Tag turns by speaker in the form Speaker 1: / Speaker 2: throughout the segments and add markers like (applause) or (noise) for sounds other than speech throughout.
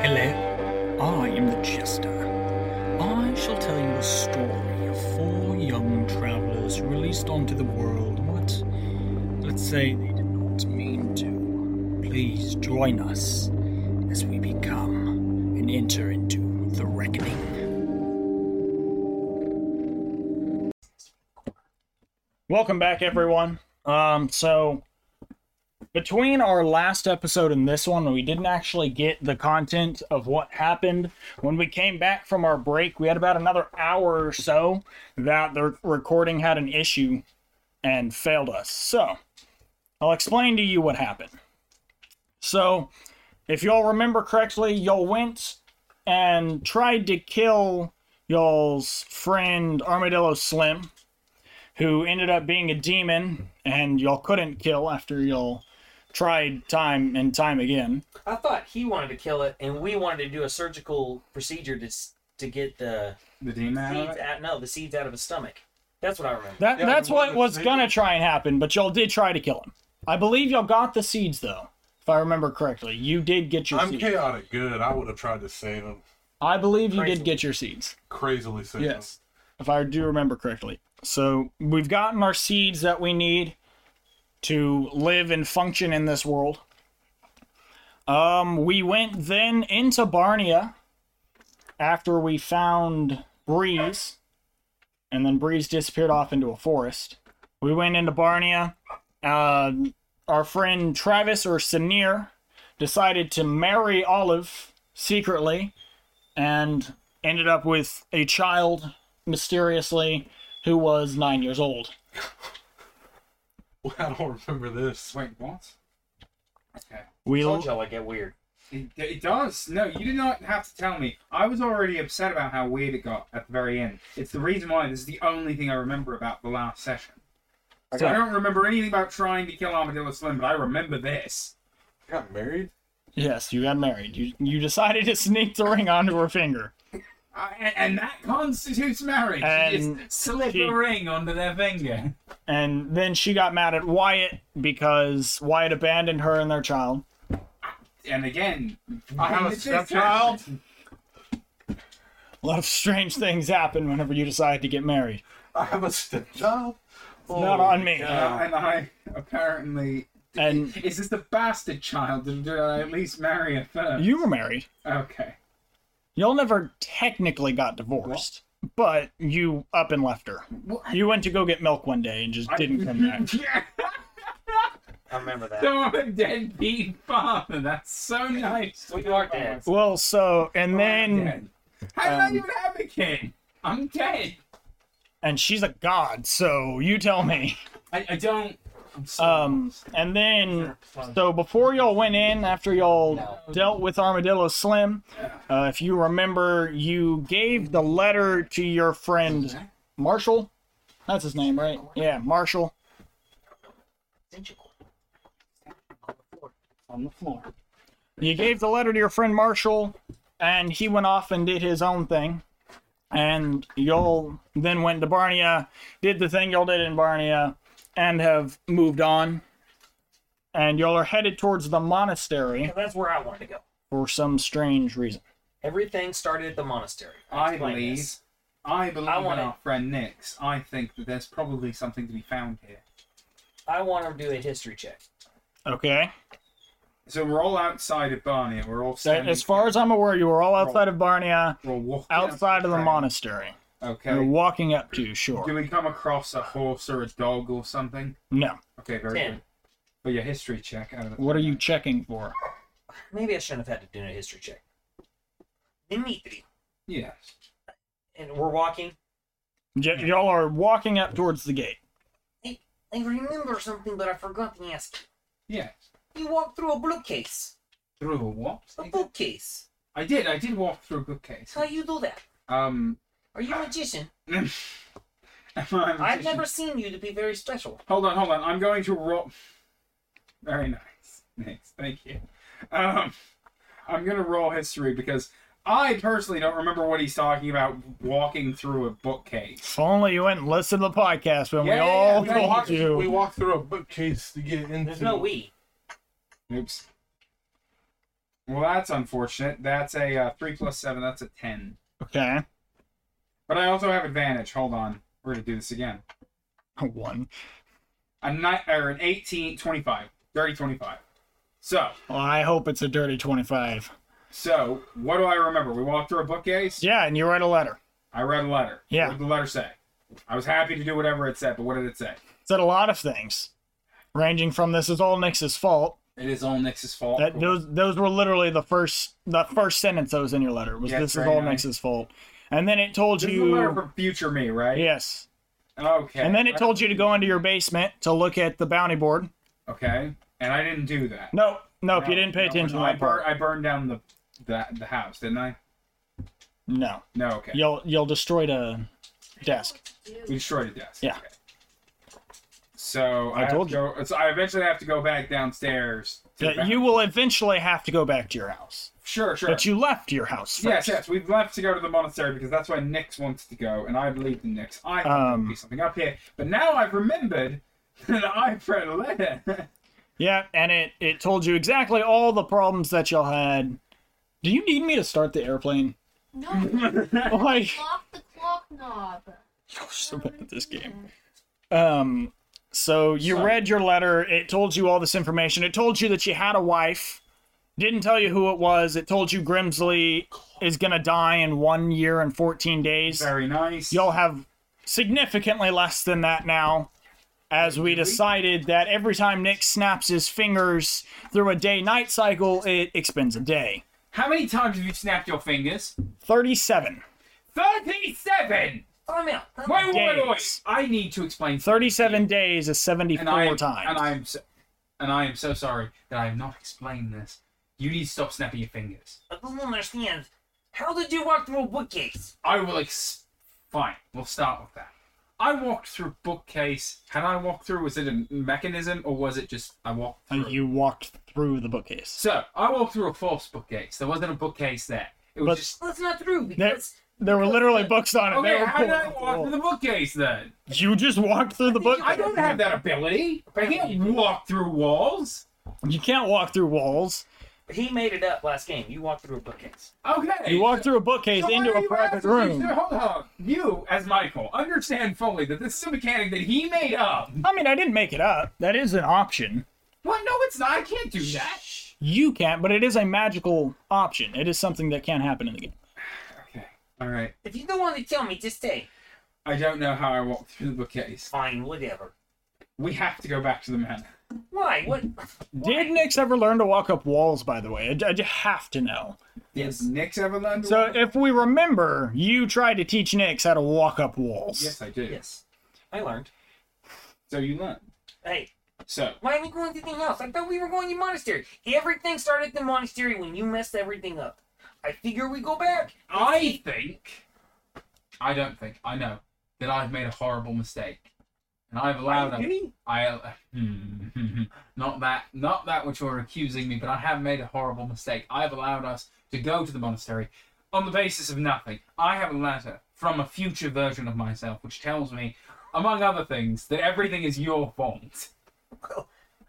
Speaker 1: Hello, I am the Jester. I shall tell you a story of four young travelers released onto the world, but let's say they did not mean to. Please join us as we become and enter into the reckoning. Welcome back, everyone. Um, so between our last episode and this one, we didn't actually get the content of what happened. When we came back from our break, we had about another hour or so that the recording had an issue and failed us. So, I'll explain to you what happened. So, if y'all remember correctly, y'all went and tried to kill y'all's friend Armadillo Slim, who ended up being a demon, and y'all couldn't kill after y'all tried time and time again.
Speaker 2: I thought he wanted to kill it, and we wanted to do a surgical procedure to s- to get the
Speaker 3: The demon out of
Speaker 2: seeds
Speaker 3: it?
Speaker 2: out. No, the seeds out of his stomach. That's what I remember.
Speaker 1: That
Speaker 3: Yeah,
Speaker 1: that's
Speaker 3: we
Speaker 1: what
Speaker 3: wanted
Speaker 1: was
Speaker 3: to-
Speaker 1: gonna try and happen, but y'all did try to kill him. I believe y'all got the seeds though, if I remember correctly. You did get your
Speaker 3: I'm
Speaker 1: seeds.
Speaker 3: chaotic good. I would have tried to save him.
Speaker 1: I believe you
Speaker 2: Crazy.
Speaker 1: did get your seeds.
Speaker 3: Crazily save
Speaker 1: Yes. If I do remember correctly. So we've gotten our seeds that we need to live and function in this world. Um, we went then into Barnia after we found Breeze, and then Breeze disappeared off into a forest. We went into Barnia. Uh, our friend Travis or Sanir decided to marry Olive secretly and ended up with a child mysteriously who was nine years old.
Speaker 3: him. (laughs) I don't remember this.
Speaker 4: Wait, what? Okay.
Speaker 1: We
Speaker 2: I told y'all I get weird.
Speaker 4: It, it does. No, you did not have to tell me. I was already upset about how weird it got at the very end. It's the reason why this is the only thing I remember about the last session. Like, I
Speaker 1: So-
Speaker 4: don't remember anything about trying to kill Armadillo Slim, but I remember this.
Speaker 3: I got married?
Speaker 1: yes, you got married. You you decided to (laughs) sneak the ring onto her finger.
Speaker 4: I, Uh, and, and that constitutes marriage. you
Speaker 1: And
Speaker 4: just slip
Speaker 1: she-
Speaker 4: a ring onto their finger.
Speaker 1: And then she got mad at Wyatt because Wyatt abandoned her and their child.
Speaker 4: And again,
Speaker 3: I have a
Speaker 4: this
Speaker 3: stepchild.
Speaker 4: happened.
Speaker 1: A lot of strange things happen whenever you decide to get married.
Speaker 3: I have a stepchild?
Speaker 1: Not
Speaker 3: Oh,
Speaker 1: on me.
Speaker 3: God.
Speaker 4: Uh, and I apparently.
Speaker 1: And-
Speaker 4: is this the bastard child? Did I at least marry her first?
Speaker 1: You were married.
Speaker 4: Okay.
Speaker 1: Y'all never technically got divorced, but you up and left her.
Speaker 4: Well,
Speaker 1: You went to go get milk one day and just didn't come
Speaker 4: (laughs)
Speaker 1: back.
Speaker 4: Yeah.
Speaker 2: I remember that.
Speaker 4: So I'm a deadbeat father. That's so nice.
Speaker 2: We are dead.
Speaker 1: Well, so and
Speaker 4: I'm
Speaker 1: then
Speaker 4: dead. How did I
Speaker 1: um,
Speaker 4: even have a kid? I'm dead.
Speaker 1: and she's a god, so you tell me.
Speaker 4: I, I don't. I'm so
Speaker 1: Um, and then, so before y'all went in, after y'all dealt with Armadillo Slim, uh, if you remember, you gave the letter to your friend Marshall. That's his name, right? Yeah, Marshall.
Speaker 4: on the floor.
Speaker 1: You gave the letter to your friend Marshall, and he went off and did his own thing. And y'all then went to Barnia, did the thing y'all did in Barnia, and have moved on. And y'all are headed towards the monastery
Speaker 2: That's where I wanted to go.
Speaker 1: for some strange reason.
Speaker 2: Everything started at the monastery.
Speaker 4: I
Speaker 2: Explain
Speaker 4: believe-
Speaker 2: this.
Speaker 4: I believe
Speaker 2: I
Speaker 4: in
Speaker 2: wanna-
Speaker 4: our friend Nick's. I think that there's probably something to be found here.
Speaker 2: I want to do a history check.
Speaker 1: Okay.
Speaker 4: So we're all outside of Barney. We're all
Speaker 1: That,
Speaker 4: standing.
Speaker 1: as far as I'm aware, you were all outside of Barnia,
Speaker 4: we're all walking up
Speaker 1: outside of the
Speaker 4: trail.
Speaker 1: monastery.
Speaker 4: Okay.
Speaker 1: You're walking up to,
Speaker 4: Do
Speaker 1: sure.
Speaker 4: we come across a horse or a dog or something?
Speaker 1: No.
Speaker 4: Okay, very
Speaker 2: Ten.
Speaker 4: good. For your history check. Out of the
Speaker 1: What are you checking for?
Speaker 2: Maybe I shouldn't have had to do a history check. Dimitri.
Speaker 4: Yes.
Speaker 2: And we're walking.
Speaker 1: Y- y'all are walking up towards the gate.
Speaker 2: I remember something, but I forgot to ask
Speaker 4: Yes.
Speaker 2: you. You walked through a bookcase.
Speaker 4: Through
Speaker 2: (laughs)
Speaker 4: a what?
Speaker 2: A bookcase.
Speaker 4: I did. I did walk through a bookcase.
Speaker 2: How you do that?
Speaker 4: Um,
Speaker 2: Are you a magician?
Speaker 4: am I a
Speaker 2: I've
Speaker 4: magician?
Speaker 2: never seen you to be very special.
Speaker 4: Hold on, hold on. I'm going to roll. Very nice. Nice. Thank you. Um, I'm gonna roll history because I personally don't remember what he's talking about walking through a bookcase.
Speaker 1: If only you went and listened to the podcast when
Speaker 4: Yeah,
Speaker 1: we
Speaker 4: yeah,
Speaker 1: all
Speaker 4: yeah,
Speaker 3: We
Speaker 1: told
Speaker 3: walked,
Speaker 1: you.
Speaker 3: we walked through a bookcase to get into.
Speaker 2: There's no we.
Speaker 4: Oops. Well, that's unfortunate. That's a uh, three plus seven. That's a ten.
Speaker 1: Okay. (laughs)
Speaker 4: But I also have advantage. Hold on. We're gonna do this again.
Speaker 1: One.
Speaker 4: A nine or an 18, 25, 30, 25. So,
Speaker 1: Well, I hope it's a dirty 25.
Speaker 4: so what do I remember? We walked through a bookcase.
Speaker 1: Yeah, and you write a letter.
Speaker 4: I read a letter.
Speaker 1: Yeah.
Speaker 4: What did the letter say? I was happy to do whatever it said, but what did it say?
Speaker 1: Said a lot of things, ranging from this is all Nix's fault.
Speaker 4: It is all Nix's fault.
Speaker 1: That
Speaker 4: Cool.
Speaker 1: those those were literally the first the first sentence that was in your letter was
Speaker 4: Yeah,
Speaker 1: this is
Speaker 4: right,
Speaker 1: all
Speaker 4: right.
Speaker 1: Nix's fault, and then it told
Speaker 4: This is a letter
Speaker 1: you
Speaker 4: from future me, right?
Speaker 1: yes,
Speaker 4: Okay.
Speaker 1: and then it told you to go into your basement to look at the bounty board.
Speaker 4: Okay. And I didn't do that.
Speaker 1: No, nope, you didn't pay
Speaker 4: No,
Speaker 1: attention
Speaker 4: no,
Speaker 1: to
Speaker 4: I
Speaker 1: that part.
Speaker 4: bur- I burned down the, the the house, didn't I?
Speaker 1: No,
Speaker 4: No. Okay.
Speaker 1: you'll you'll destroy the desk.
Speaker 4: We destroyed a desk.
Speaker 1: Yeah.
Speaker 4: Okay. So
Speaker 1: I
Speaker 4: I, have
Speaker 1: told
Speaker 4: to go, so I eventually have to go back downstairs. To the
Speaker 1: That you
Speaker 4: bathroom.
Speaker 1: will eventually have to go back to your house,
Speaker 4: sure sure.
Speaker 1: but you left your house first.
Speaker 4: Yes, yes, we've left to go to the monastery because that's why Nix wants to go, and I believe in Nix. I think there'll
Speaker 1: Um,
Speaker 4: be something up here, but now I've remembered (laughs) that I've read a letter.
Speaker 1: Yeah, and it it told you exactly all the problems that y'all had. Do you need me to start the airplane? (laughs)
Speaker 5: No,
Speaker 6: Mm-hmm.
Speaker 1: Like
Speaker 5: lock the clock knob.
Speaker 1: you're (laughs) so bad at this game. Um, so you read your letter. It told you all this information. It told you that you had a wife. Didn't tell you who it was. It told you Grimsley is gonna die in one year and fourteen days.
Speaker 4: (laughs) Very nice.
Speaker 1: Y'all have significantly less than that now. As we decided that every time Nick snaps his fingers through a day-night cycle, it expends a day.
Speaker 4: How many times have you snapped your fingers?
Speaker 1: Thirty-seven.
Speaker 4: Thirty-seven.
Speaker 2: Time out. Time
Speaker 4: Wait, wait, wait, wait.
Speaker 1: Days.
Speaker 4: I need to explain. something.
Speaker 1: 37 days is 74
Speaker 4: and I am,
Speaker 1: times.
Speaker 4: And I am so, and I am so sorry that I have not explained this. You need to stop snapping your fingers.
Speaker 2: I don't understand. How did you walk through a bookcase?
Speaker 4: I will ex. Fine, we'll start with that. I walked through a bookcase. Had I walked through? Was it a mechanism or was it just I walked
Speaker 1: Uh,
Speaker 4: through?
Speaker 1: you walked through the bookcase.
Speaker 4: So I walked through a false bookcase. There wasn't a bookcase there. It was
Speaker 1: But-
Speaker 4: just.
Speaker 2: Well, that's not true
Speaker 1: There,
Speaker 2: because
Speaker 1: there were literally books on it. They
Speaker 4: Okay,
Speaker 1: were
Speaker 4: how did I
Speaker 1: pulled
Speaker 4: walk through the bookcase then?
Speaker 1: wall. You just walked through the book.
Speaker 4: I don't have that ability. I can't walk through walls.
Speaker 1: You can't walk through walls.
Speaker 2: he made it up last game. You walked through a bookcase.
Speaker 4: Okay.
Speaker 1: You walk through a bookcase
Speaker 4: So why
Speaker 1: into
Speaker 4: are
Speaker 1: a
Speaker 4: you
Speaker 1: private
Speaker 4: asking-
Speaker 1: room.
Speaker 4: Hold on. You, as Michael, understand fully that this is a mechanic that he made up.
Speaker 1: I mean, I didn't make it up. That is an option.
Speaker 4: What? No, it's not. I can't do that.
Speaker 1: You can't, but it is a magical option. It is something that can happen in the game.
Speaker 4: Okay. All right.
Speaker 2: If you don't want to tell me, just stay.
Speaker 4: I don't know how I walked through the bookcase.
Speaker 2: Fine, whatever.
Speaker 4: We have to go back to the manor.
Speaker 2: Why? What?
Speaker 1: Did Nix ever learn to walk up walls, by the way? I, I have to know.
Speaker 4: Yes. Nick's ever learned? to
Speaker 1: So
Speaker 4: walk?
Speaker 1: if we remember, you tried to teach Nix how to walk up walls.
Speaker 4: yes, I do.
Speaker 2: Yes, I learned.
Speaker 4: So you learned.
Speaker 2: Hey,
Speaker 4: So
Speaker 2: why are we going to the house? I thought we were going to the monastery. Everything started at the monastery when you messed everything up. I figure we go back.
Speaker 4: I think, I don't think, I know that I've made a horrible mistake, and I've allowed a,
Speaker 2: Okay.
Speaker 4: I hmm, (laughs) not that not that which you're accusing me, but I have made a horrible mistake. I've allowed us to go to the monastery on the basis of nothing. I have a letter from a future version of myself which tells me, among other things, that everything is your fault.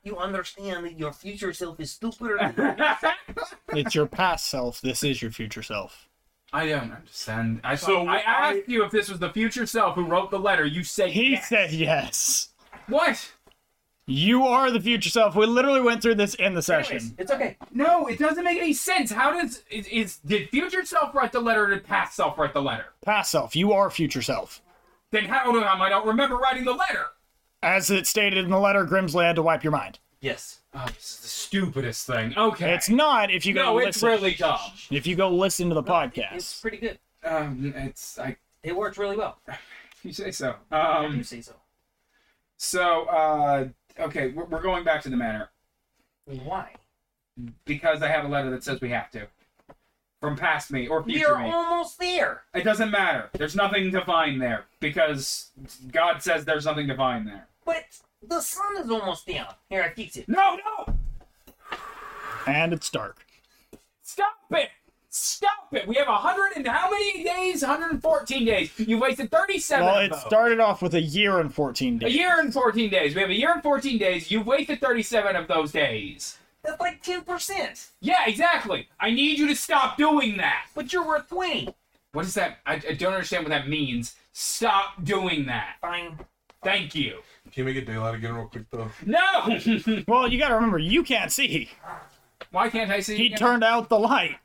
Speaker 2: You understand that your future self is stupider than
Speaker 4: I
Speaker 1: It's your past self. This is your future self.
Speaker 4: don't understand. I,
Speaker 3: So
Speaker 4: I
Speaker 3: I-
Speaker 4: asked you if this was the future self who wrote the letter. You say
Speaker 1: He
Speaker 4: yes.
Speaker 1: said yes.
Speaker 4: what?
Speaker 1: You are the future self. We literally went through this in the session.
Speaker 2: Anyways, it's okay.
Speaker 4: No, it doesn't make any sense. How does is, is did future self write the letter or did past self write the letter?
Speaker 1: Past self. You are future self.
Speaker 4: Then how do I not remember writing the letter?
Speaker 1: As it stated in the letter, Grimsley had to wipe your mind.
Speaker 2: Yes.
Speaker 4: Oh, this is the stupidest thing. Okay.
Speaker 1: It's not if you go
Speaker 4: no, it's
Speaker 1: listen.
Speaker 4: really dumb.
Speaker 1: If you go listen to the
Speaker 2: It's
Speaker 1: podcast.
Speaker 2: pretty good.
Speaker 4: Um, it's I.
Speaker 2: It worked really well.
Speaker 4: You say so.
Speaker 2: I do
Speaker 4: Um.
Speaker 2: say so.
Speaker 4: So, uh, okay, we're, we're going back to the manor
Speaker 2: Why?
Speaker 4: because I have a letter that says we have to, from past me or
Speaker 2: We
Speaker 4: future
Speaker 2: are
Speaker 4: me.
Speaker 2: almost there.
Speaker 4: It doesn't matter. There's nothing to find there because God says there's nothing to find there.
Speaker 2: But the sun is almost down. Here, I fix it.
Speaker 4: No, no.
Speaker 1: And it's dark.
Speaker 4: Stop it! Stop it! We have a hundred and how many days? 114 days. You wasted 37.
Speaker 1: Well,
Speaker 4: of
Speaker 1: it
Speaker 4: those.
Speaker 1: started off with a year and 14
Speaker 4: a
Speaker 1: days.
Speaker 4: year and 14 days. We have a year and 14 days. You wasted 37 of those days.
Speaker 2: That's like ten percent.
Speaker 4: Yeah, exactly. I need you to stop doing that.
Speaker 2: But you're worth twenty.
Speaker 4: What is that? I, I don't understand what that means. Stop doing that.
Speaker 2: Fine.
Speaker 4: Thank you.
Speaker 3: Can you make it daylight again real quick though?
Speaker 4: No. (laughs)
Speaker 1: Well, you gotta remember, you can't see.
Speaker 4: Why can't I see?
Speaker 1: He
Speaker 4: again?
Speaker 1: turned out the light.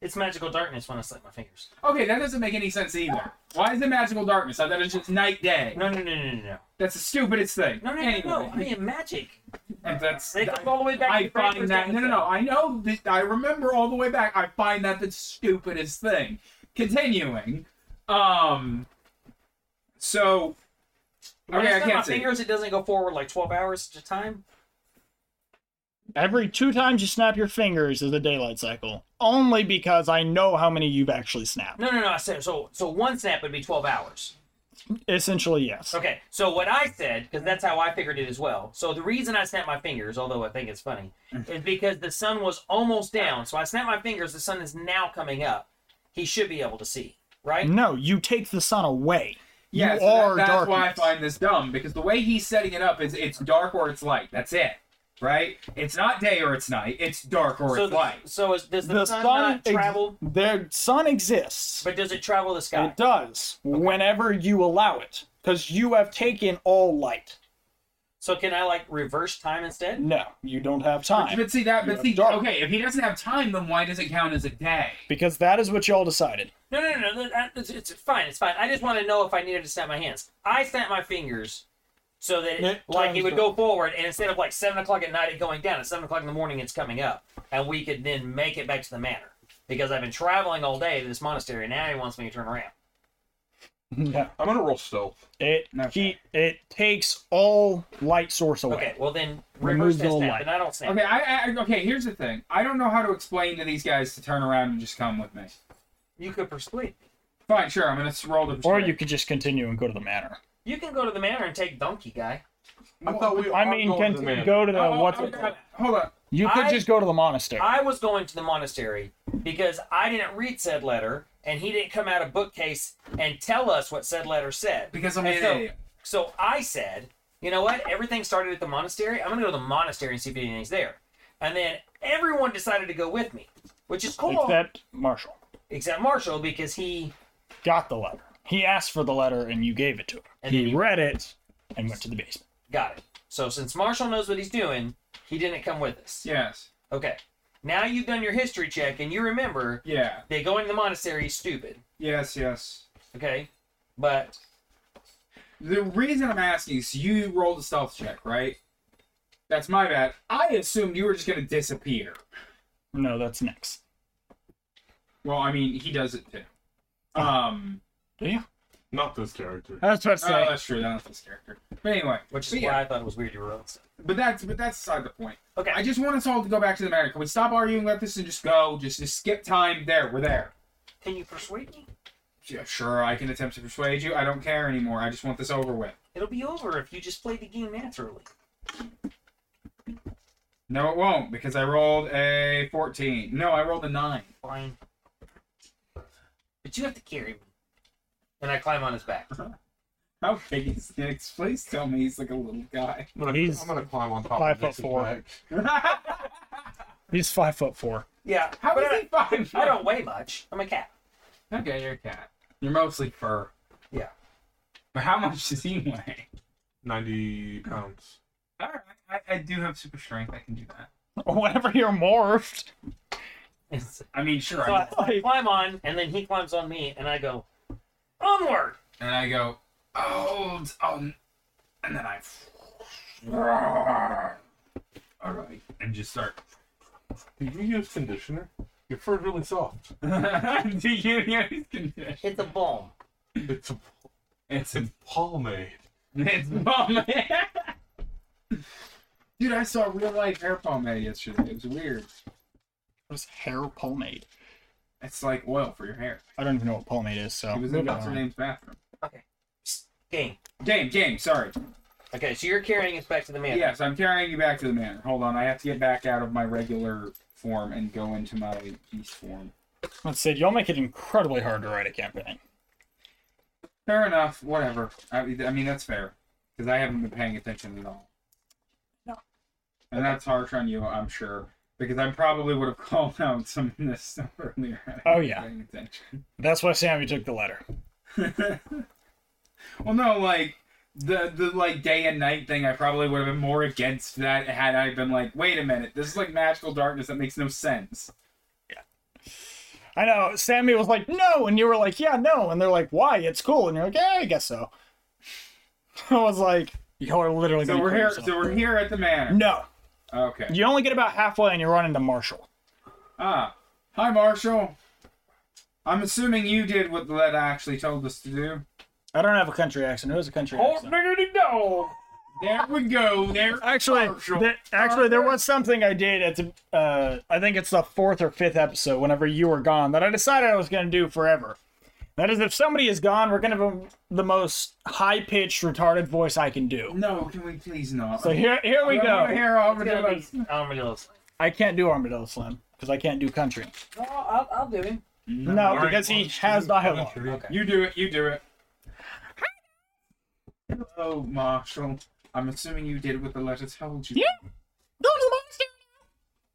Speaker 2: It's magical darkness when I slap my fingers.
Speaker 4: Okay, that doesn't make any sense either. Why is it magical darkness? I thought it's just night day.
Speaker 2: No, no, no, no, no, no.
Speaker 4: That's the stupidest thing.
Speaker 2: No, no,
Speaker 4: anyway,
Speaker 2: no, no. I am magic.
Speaker 4: and that's.
Speaker 2: They
Speaker 4: I,
Speaker 2: come all the way back. to the very
Speaker 4: find
Speaker 2: first
Speaker 4: that. No, no, no.
Speaker 2: episode.
Speaker 4: I know. That, I remember all the way back. I find that the stupidest thing. Continuing. Um. So.
Speaker 2: When
Speaker 4: Okay, I
Speaker 2: snap my
Speaker 4: can't see.
Speaker 2: fingers, it doesn't go forward like twelve hours at a time.
Speaker 1: Every two times you snap your fingers is a daylight cycle. Only because I know how many you've actually snapped.
Speaker 2: No, no, no. I said so. So one snap would be twelve hours.
Speaker 1: Essentially, yes.
Speaker 2: Okay, so what I said, because that's how I figured it as well. So the reason I snapped my fingers, although I think it's funny,
Speaker 1: Mm.
Speaker 2: is because the sun was almost down. So I snapped my fingers. The sun is now coming up. He should be able to see, right?
Speaker 1: No, you take the sun away.
Speaker 4: Yeah,
Speaker 1: you
Speaker 4: so that-
Speaker 1: are
Speaker 4: that's why I
Speaker 1: darkness.
Speaker 4: find this dumb because the way he's setting it up is it's dark or it's light. That's it, right? It's not day or it's night. It's dark or
Speaker 2: So,
Speaker 4: it's light.
Speaker 2: the, so is, does the,
Speaker 1: The
Speaker 2: sun,
Speaker 1: sun
Speaker 2: not
Speaker 1: ex-
Speaker 2: travel?
Speaker 1: The sun exists.
Speaker 2: But does it travel the sky?
Speaker 1: It does whenever you allow it, because you have taken all light.
Speaker 2: So can I like reverse time instead?
Speaker 1: No, you don't have time,
Speaker 4: But see that.
Speaker 1: You
Speaker 4: But
Speaker 1: have
Speaker 4: see,
Speaker 1: dark.
Speaker 4: okay, if he doesn't have time, then why does it count as a day?
Speaker 1: because that is what y'all decided.
Speaker 2: No, no, no, no. that- It's, it's fine. It's fine. I just want to know if I needed to snap my hands. I snapped my fingers so that it,
Speaker 1: It
Speaker 2: like it
Speaker 1: times
Speaker 2: would
Speaker 1: the-
Speaker 2: go forward, and instead of like seven o'clock at night, it going down. At seven o'clock in the morning, it's coming up, and we could then make it back to the manor because I've been traveling all day to this monastery, and now he wants me to turn around.
Speaker 1: Yeah,
Speaker 3: I'm gonna roll stealth.
Speaker 1: it
Speaker 4: Okay.
Speaker 1: he it takes all light source away.
Speaker 2: Okay, well then
Speaker 1: Remove
Speaker 2: reverse that
Speaker 1: the
Speaker 2: snap,
Speaker 1: light.
Speaker 2: and I don't snap.
Speaker 4: Okay, I, I okay. Here's the thing. I don't know how to explain to these guys to turn around and just come with me.
Speaker 2: You could persuade.
Speaker 4: Fine, sure. I'm gonna s- roll the.
Speaker 1: Or you could just continue and go to the manor.
Speaker 2: You can go to the manor and take donkey guy.
Speaker 3: I thought we.
Speaker 1: I
Speaker 3: are
Speaker 1: mean,
Speaker 3: going to
Speaker 1: can
Speaker 3: the man.
Speaker 1: go to the
Speaker 4: Oh, oh,
Speaker 1: what's
Speaker 4: oh,
Speaker 1: it
Speaker 4: God.
Speaker 1: called?
Speaker 4: Hold on.
Speaker 1: You could
Speaker 2: I-
Speaker 1: just go to the monastery.
Speaker 2: I was going to the monastery because I didn't read said letter, and he didn't come out of bookcase and tell us what said letter said.
Speaker 4: Because I'm an
Speaker 2: And so-
Speaker 4: idiot.
Speaker 2: So I said, you know what? Everything started at the monastery. I'm gonna go to the monastery and see if anything's there. And then everyone decided to go with me, which is cool. Except,
Speaker 1: Except Marshall
Speaker 2: Marshall because he
Speaker 1: got the letter. He asked for the letter and you gave it to him.
Speaker 2: And then
Speaker 1: he
Speaker 2: he-
Speaker 1: read it and went to the basement.
Speaker 2: got it. So since Marshall knows what he's doing, he didn't come with us.
Speaker 4: Yes.
Speaker 2: Okay. Now you've done your history check and you remember
Speaker 4: Yeah.
Speaker 2: that going to the monastery is stupid.
Speaker 4: Yes. Yes.
Speaker 2: Okay. But
Speaker 4: The reason I'm asking is you rolled a stealth check, right? That's my bad. I assumed you were just gonna disappear.
Speaker 1: No, that's next.
Speaker 4: Well, I mean, he does it too. Um,
Speaker 3: Not this character.
Speaker 1: That's what I'm
Speaker 4: oh, that's true. That's his character. But anyway,
Speaker 2: which is
Speaker 4: but,
Speaker 2: why
Speaker 4: yeah,
Speaker 2: I thought it was weird you wrote it.
Speaker 4: but that's but that's beside the point.
Speaker 2: Okay.
Speaker 4: I just want us all to go back to the matter. Can we stop arguing about this and just go? Just just skip time. There, we're there.
Speaker 2: Can you persuade me?
Speaker 4: Yeah, sure. I can attempt to persuade you. I don't care anymore. I just want this over with.
Speaker 2: It'll be over if you just play the game naturally.
Speaker 4: No, it won't because I rolled a fourteen. No, I rolled a nine.
Speaker 2: Fine. But you have to carry me. And I climb on his back.
Speaker 4: How big is Nick's? Please tell me he's like a little guy. (laughs)
Speaker 3: I'm gonna,
Speaker 1: He's
Speaker 3: I'm gonna climb on top
Speaker 1: five
Speaker 3: of
Speaker 1: foot
Speaker 3: Nix's
Speaker 1: four.
Speaker 3: back.
Speaker 1: He's five foot four. (laughs)
Speaker 2: Yeah.
Speaker 4: How
Speaker 2: but
Speaker 4: is
Speaker 2: I,
Speaker 4: he five?
Speaker 2: I don't weigh much. I'm a cat. (laughs)
Speaker 4: Okay, you're a cat. You're mostly fur.
Speaker 2: Yeah.
Speaker 4: But how much does he weigh?
Speaker 3: Ninety pounds.
Speaker 4: All right, I, I do have super strength. I can do that.
Speaker 1: Whenever you're morphed,
Speaker 2: so
Speaker 4: I mean, sure. I,
Speaker 2: I, I climb on, and then he climbs on me, and I go, onward!
Speaker 4: and I go, oh, it's- um, and then I, (laughs) all right, and just start. (laughs)
Speaker 3: Did you use conditioner? Your fur's really soft.
Speaker 4: do you use condition?
Speaker 2: It's a bomb.
Speaker 3: It's a,
Speaker 4: It's
Speaker 3: it's pomade.
Speaker 4: it's pomade. (laughs) Dude, I saw real life hair pomade yesterday. It was weird.
Speaker 1: what is hair pomade?
Speaker 4: It's like oil for your hair.
Speaker 1: I don't even know what pomade is, so.
Speaker 4: It was in
Speaker 1: Moving
Speaker 4: what's her
Speaker 1: Oh, on.
Speaker 4: name's bathroom.
Speaker 2: Game.
Speaker 4: Game, game. Sorry.
Speaker 2: Okay, so you're carrying us back to the man.
Speaker 4: Yes, I'm carrying you back to the manor. Hold on, I have to get back out of my regular form and go into my beast form.
Speaker 1: Let's see, y'all make it incredibly hard to write a campaign.
Speaker 4: Fair enough. Whatever. I, I mean, that's fair because I haven't been paying attention at all. And that's harsh on you, I'm sure, because I probably would have (laughs) called out some of this stuff earlier. had I
Speaker 1: Oh,
Speaker 4: been
Speaker 1: yeah.
Speaker 4: Paying attention.
Speaker 1: That's why Sammy took the letter.
Speaker 4: well, no, like the the like day and night thing. I probably would have been more against that had I been like, wait a minute, this is like magical darkness that makes no sense.
Speaker 1: I know. Sammy was like, no. And you were like, yeah, no. And they're like, why? It's cool. And you're like, yeah, I guess so. (laughs) I was like, you're literally
Speaker 4: So
Speaker 1: gonna
Speaker 4: we're
Speaker 1: kill
Speaker 4: here.
Speaker 1: yourself.
Speaker 4: So we're here at the manor.
Speaker 1: No.
Speaker 4: Okay.
Speaker 1: You only get about halfway and you run into Marshall.
Speaker 4: Ah, hi, Marshall. I'm assuming you did what the letter actually told us to do.
Speaker 1: I don't have a country accent. Who has a country
Speaker 2: Oh,
Speaker 1: accent?
Speaker 2: niggity dog.
Speaker 4: There we go. There.
Speaker 1: Actually,
Speaker 4: Marshall.
Speaker 1: there- actually, there was something I did at the, uh, I think it's the fourth or fifth episode, whenever you were gone, that I decided I was going to do forever. That is, if somebody is gone, we're going to have the most high pitched, retarded voice I can do.
Speaker 4: No, can we please not?
Speaker 1: So here, here we
Speaker 4: I don't wanna
Speaker 1: go.
Speaker 4: hear all the
Speaker 2: It's gonna
Speaker 4: different-
Speaker 2: be armadillo.
Speaker 1: I can't do Armadillo Slim because I can't do country.
Speaker 2: No, I'll, I'll do him.
Speaker 1: No, because he has dialogue.
Speaker 2: Okay.
Speaker 4: You do it. You do it. Hello, Marshall. I'm assuming you did what the letter told you.
Speaker 1: Yeah. Go to the monastery.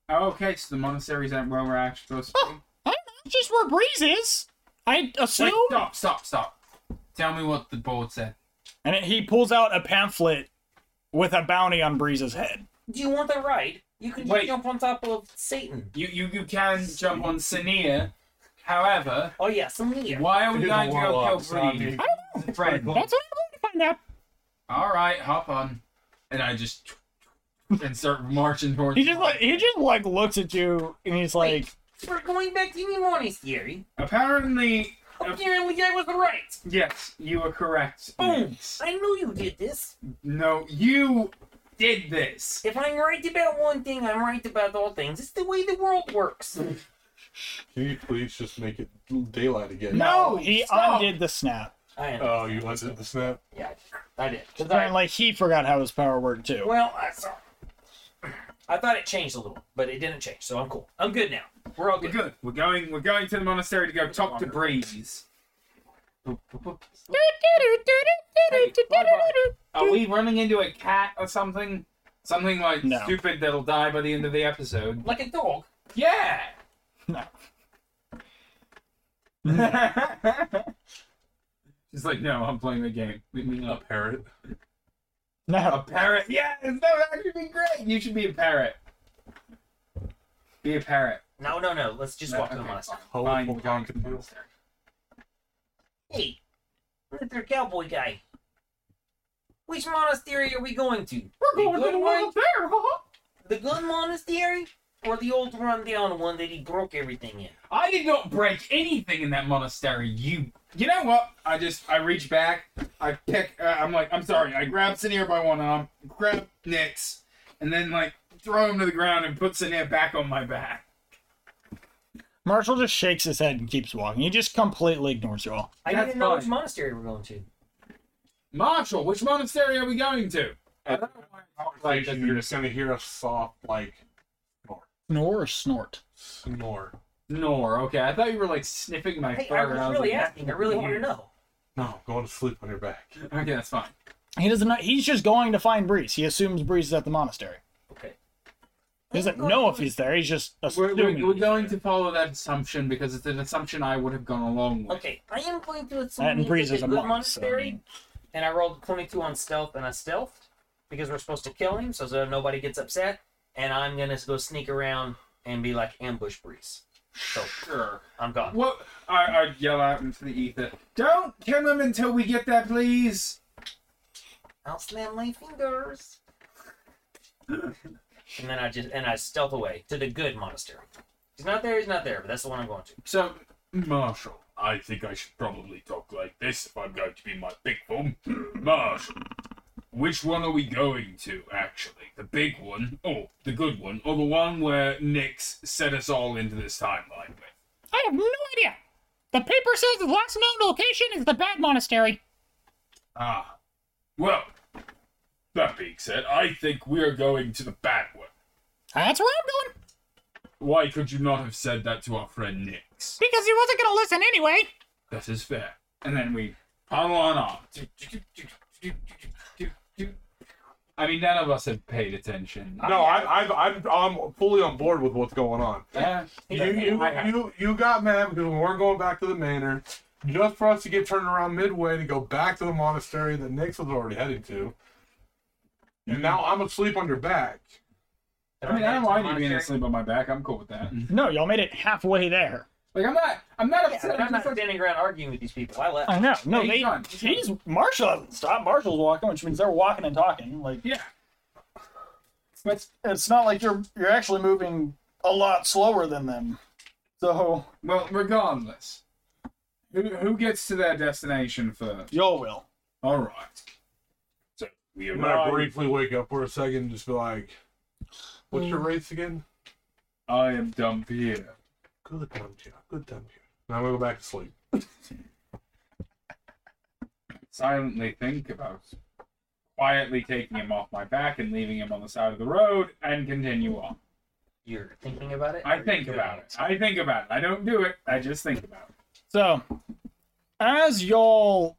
Speaker 4: Oh, okay, so the monasteries aren't where we're actually supposed to be.
Speaker 1: I don't know. It's just where Breeze is. I assume.
Speaker 4: Wait, stop, stop, stop. Tell me what the board said.
Speaker 1: And he pulls out a pamphlet with a bounty on Breeze's head.
Speaker 2: Do you want that right? You can just
Speaker 4: Wait.
Speaker 2: jump on top of Satan.
Speaker 4: You you, you can jump on Sania. However,
Speaker 2: Oh yeah, some here.
Speaker 4: why are we
Speaker 3: It is
Speaker 4: going
Speaker 3: a
Speaker 4: to go
Speaker 3: warlock, so I
Speaker 4: kill Breeze?
Speaker 3: mean-
Speaker 1: I
Speaker 3: It's pretty close.
Speaker 1: what I'm going to find out.
Speaker 4: All right, hop on. And I just (laughs) and start marching towards.
Speaker 1: He just like he just like looks at you and he's like,
Speaker 2: We're going back to the monastery.
Speaker 4: Apparently,
Speaker 2: Apparently, I was right.
Speaker 4: yes, you were correct.
Speaker 2: Boom! I knew you did this.
Speaker 4: No, you did this.
Speaker 2: If I'm right about one thing, I'm right about all things. It's the way the world works.
Speaker 3: Can you please just make it daylight again?
Speaker 4: No,
Speaker 1: He
Speaker 4: stop.
Speaker 1: undid the snap.
Speaker 2: I am.
Speaker 3: Oh, you undid the snap.
Speaker 2: yeah, I did. 'Cause I-
Speaker 1: Apparently he forgot how his power worked too.
Speaker 2: well, I saw. I thought it changed a little, but it didn't change, so I'm cool. I'm good now. We're all
Speaker 4: We're
Speaker 2: good.
Speaker 4: good. We're going. We're going to the monastery to go talk to Breeze. Are we running into a cat or something? Something like
Speaker 1: No.
Speaker 4: stupid that'll die by the end of the episode.
Speaker 2: Like a dog.
Speaker 4: Yeah. (laughs)
Speaker 1: No.
Speaker 4: She's like, no, I'm playing the game. Leave me
Speaker 3: A
Speaker 4: alone.
Speaker 3: parrot.
Speaker 4: (laughs) A
Speaker 1: No.
Speaker 4: parrot. Yes, that would actually be great. You should be a parrot. Be a parrot.
Speaker 2: No, no, no. Let's just
Speaker 4: No,
Speaker 2: walk to the
Speaker 4: okay.
Speaker 2: monastery.
Speaker 4: Fine,
Speaker 3: Colorful
Speaker 4: going to the
Speaker 3: cockatiel.
Speaker 4: monastery.
Speaker 2: Hey, Mr. Cowboy Guy. Which monastery are we going to?
Speaker 4: We're going to the
Speaker 2: one?
Speaker 4: world fair. huh?
Speaker 2: The good monastery? Or the old rundown one that he broke everything in?
Speaker 4: I did not break anything in that monastery. You, you know what? I just I reach back, I pick. Uh, I'm like, I'm sorry. I grab Sinir by one arm, grab Nix, and then like throw him to the ground and put Sinir back on my back.
Speaker 1: Marshall just shakes his head and keeps walking. He just completely ignores you all.
Speaker 2: I
Speaker 4: That's
Speaker 2: didn't know which
Speaker 4: fine.
Speaker 2: monastery we're going to.
Speaker 4: Marshall, which monastery are we going to? I don't know why I talk like
Speaker 3: Conversation, you're
Speaker 4: this.
Speaker 3: just gonna hear a soft like
Speaker 1: Snore or snort?
Speaker 3: snore.
Speaker 4: Nor. Okay, I thought you were like sniffing my
Speaker 2: Hey,
Speaker 4: fur.
Speaker 2: I
Speaker 4: and
Speaker 2: was really
Speaker 4: like,
Speaker 2: asking. I really want to know.
Speaker 3: No, going to sleep on your back.
Speaker 4: Okay, that's fine.
Speaker 1: He doesn't know. He's just going to find Breeze. He assumes Breeze is at the monastery.
Speaker 2: Okay.
Speaker 1: He doesn't know if he's there. He's just
Speaker 4: We're,
Speaker 1: assuming.
Speaker 4: we're, we're
Speaker 1: he's
Speaker 4: going
Speaker 1: there.
Speaker 4: to follow that assumption because it's an assumption I would have gone along with.
Speaker 2: Okay, I am going to assume
Speaker 1: And
Speaker 2: it's
Speaker 1: Breeze
Speaker 2: a
Speaker 1: is a
Speaker 2: good
Speaker 1: monk, so I
Speaker 2: monastery,
Speaker 1: mean-
Speaker 2: and I rolled 22 on stealth, and I stealthed because we're supposed to kill him so that nobody gets upset, and I'm gonna go sneak around and be like ambush Breeze. So
Speaker 4: Sure.
Speaker 2: I'm gone.
Speaker 4: What? I, I yell out into the ether. Don't kill him until we get there, please.
Speaker 2: I'll slam my fingers. (laughs) and then I just and I stealth away to the good monastery. He's not there. He's not there. But that's the one I'm going to.
Speaker 4: So,
Speaker 7: Marshal, I think I should probably talk like this if I'm going to be my big (laughs) form. Marshal, which one are we going to, actually? The big one, or the good one, or the one where Nix set us all into this timeline with?
Speaker 8: I have no idea. The paper says the last known location is the Bad Monastery.
Speaker 7: Ah. Well, that being said, I think we are going to the bad one.
Speaker 8: That's where I'm going,
Speaker 7: Why could you not have said that to our friend Nix?
Speaker 8: because he wasn't going to listen anyway.
Speaker 7: That is fair.
Speaker 4: and then we pile on off. I mean, none of us have paid attention.
Speaker 3: No, I, I've, I'm, I'm fully on board with what's going on.
Speaker 4: Yeah.
Speaker 3: You, you, you, you got mad because we weren't going back to the manor, just for us to get turned around midway to go back to the monastery that Nix was already headed to. And now I'm asleep on your back.
Speaker 4: I mean, I don't mind you being asleep on my back. I'm cool with that.
Speaker 1: No, y'all made it halfway there.
Speaker 4: Like, I'm not. I'm not
Speaker 2: Yeah,
Speaker 4: upset.
Speaker 2: but I'm not
Speaker 4: just like,
Speaker 2: standing around arguing with these people. I left.
Speaker 1: I know. No,
Speaker 4: Hey,
Speaker 1: they.
Speaker 4: John, John.
Speaker 1: He's Marshall hasn't stopped. Marshall's walking, which means they're walking and talking. Like
Speaker 4: yeah. But
Speaker 1: it's not like you're you're actually moving a lot slower than them. So
Speaker 4: well, regardless, who who gets to their destination first?
Speaker 1: y'all will.
Speaker 4: All right.
Speaker 7: So we
Speaker 3: And I
Speaker 7: arrive.
Speaker 3: briefly wake up for a second and just be like, what's
Speaker 4: Mm.
Speaker 3: your race again?
Speaker 4: I am dumb here.
Speaker 3: Good dumb here. Good dumb here. Now I'm going to go back to sleep.
Speaker 4: Silently think about quietly taking him off my back and leaving him on the side of the road and continue on.
Speaker 2: You're thinking about it.
Speaker 4: I think about it. I think about it. I don't do it. I just think about it.
Speaker 1: So as y'all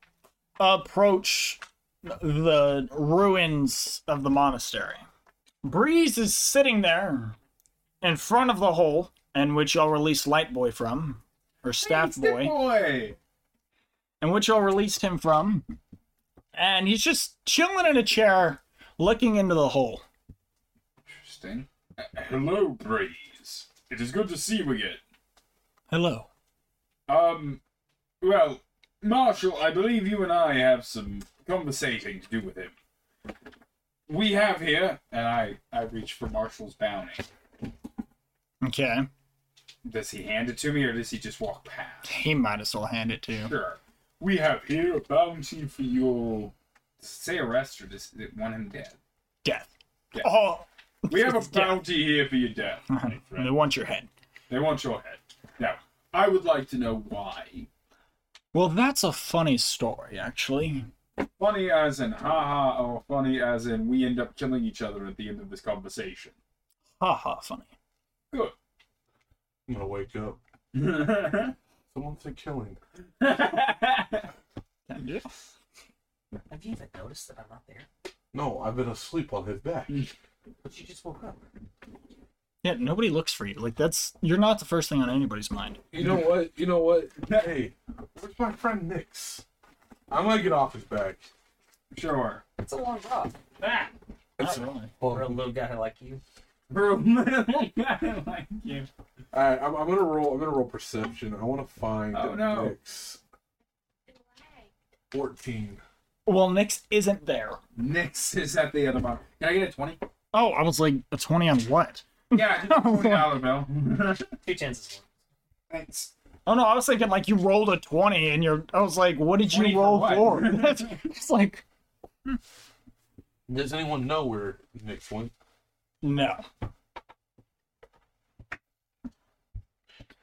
Speaker 1: approach the ruins of the monastery, Breeze is sitting there in front of the hole in which y'all released Light Boy from, or Staff
Speaker 4: Step
Speaker 1: Boy. and which y'all released him from. And he's just chilling in a chair, looking into the hole.
Speaker 4: Interesting. Uh,
Speaker 7: Hello, Breeze. It is good to see you again.
Speaker 1: Hello.
Speaker 4: Um, well, Marshall, I believe you and I have some conversating to do with him. We have here, and I, I reach for Marshall's bounty.
Speaker 1: Okay.
Speaker 4: Does he hand it to me, or does he just walk past?
Speaker 1: He might as well hand it to you.
Speaker 4: Sure.
Speaker 7: We have here a bounty for your
Speaker 4: Does it say arrest, or does it want him dead?
Speaker 1: Death.
Speaker 4: Yeah.
Speaker 1: Oh,
Speaker 4: We have a
Speaker 1: Yeah.
Speaker 4: bounty here for your death. my
Speaker 1: they
Speaker 4: friend.
Speaker 1: want your head.
Speaker 4: They want your head. Now, I would like to know why.
Speaker 1: Well, that's a funny story, actually.
Speaker 4: Funny as in haha, or funny as in we end up killing each other at the end of this conversation.
Speaker 1: Haha, funny.
Speaker 4: Good.
Speaker 3: I'm going to wake up.
Speaker 7: (laughs)
Speaker 3: Someone said killing.
Speaker 1: Can do.
Speaker 2: Have you even noticed that I'm not there?
Speaker 3: No, I've been asleep on his back.
Speaker 4: Mm.
Speaker 2: But you just woke up.
Speaker 1: Yeah, nobody looks for you. Like that's you're not the first thing on anybody's mind.
Speaker 3: You know what? You know what? Hey, where's my friend Nix? I'm gonna get off his back.
Speaker 4: sure.
Speaker 2: It's a long rock
Speaker 4: Ah,
Speaker 1: Not really.
Speaker 2: for a little guy like you.
Speaker 7: (laughs)
Speaker 4: for a little guy like you.
Speaker 3: Alright, I'm, I'm gonna roll. I'm gonna roll perception. I want to find
Speaker 4: Oh, no.
Speaker 3: Nix. Fourteen.
Speaker 1: Well, Nix isn't there.
Speaker 4: Nix is at the other bar. Can I get
Speaker 7: (laughs)
Speaker 4: a 20?
Speaker 1: Oh, I was like a twenty on what?
Speaker 4: Yeah,
Speaker 7: Oh,
Speaker 4: just a $20
Speaker 7: (laughs)
Speaker 4: bill.
Speaker 2: Two chances.
Speaker 4: Thanks.
Speaker 1: Oh no, I was thinking like you rolled a twenty and you're I was like, what did
Speaker 4: 20
Speaker 1: you
Speaker 4: for
Speaker 1: roll
Speaker 4: what?
Speaker 1: for? it's like
Speaker 3: Does anyone know where Nix went?
Speaker 1: no.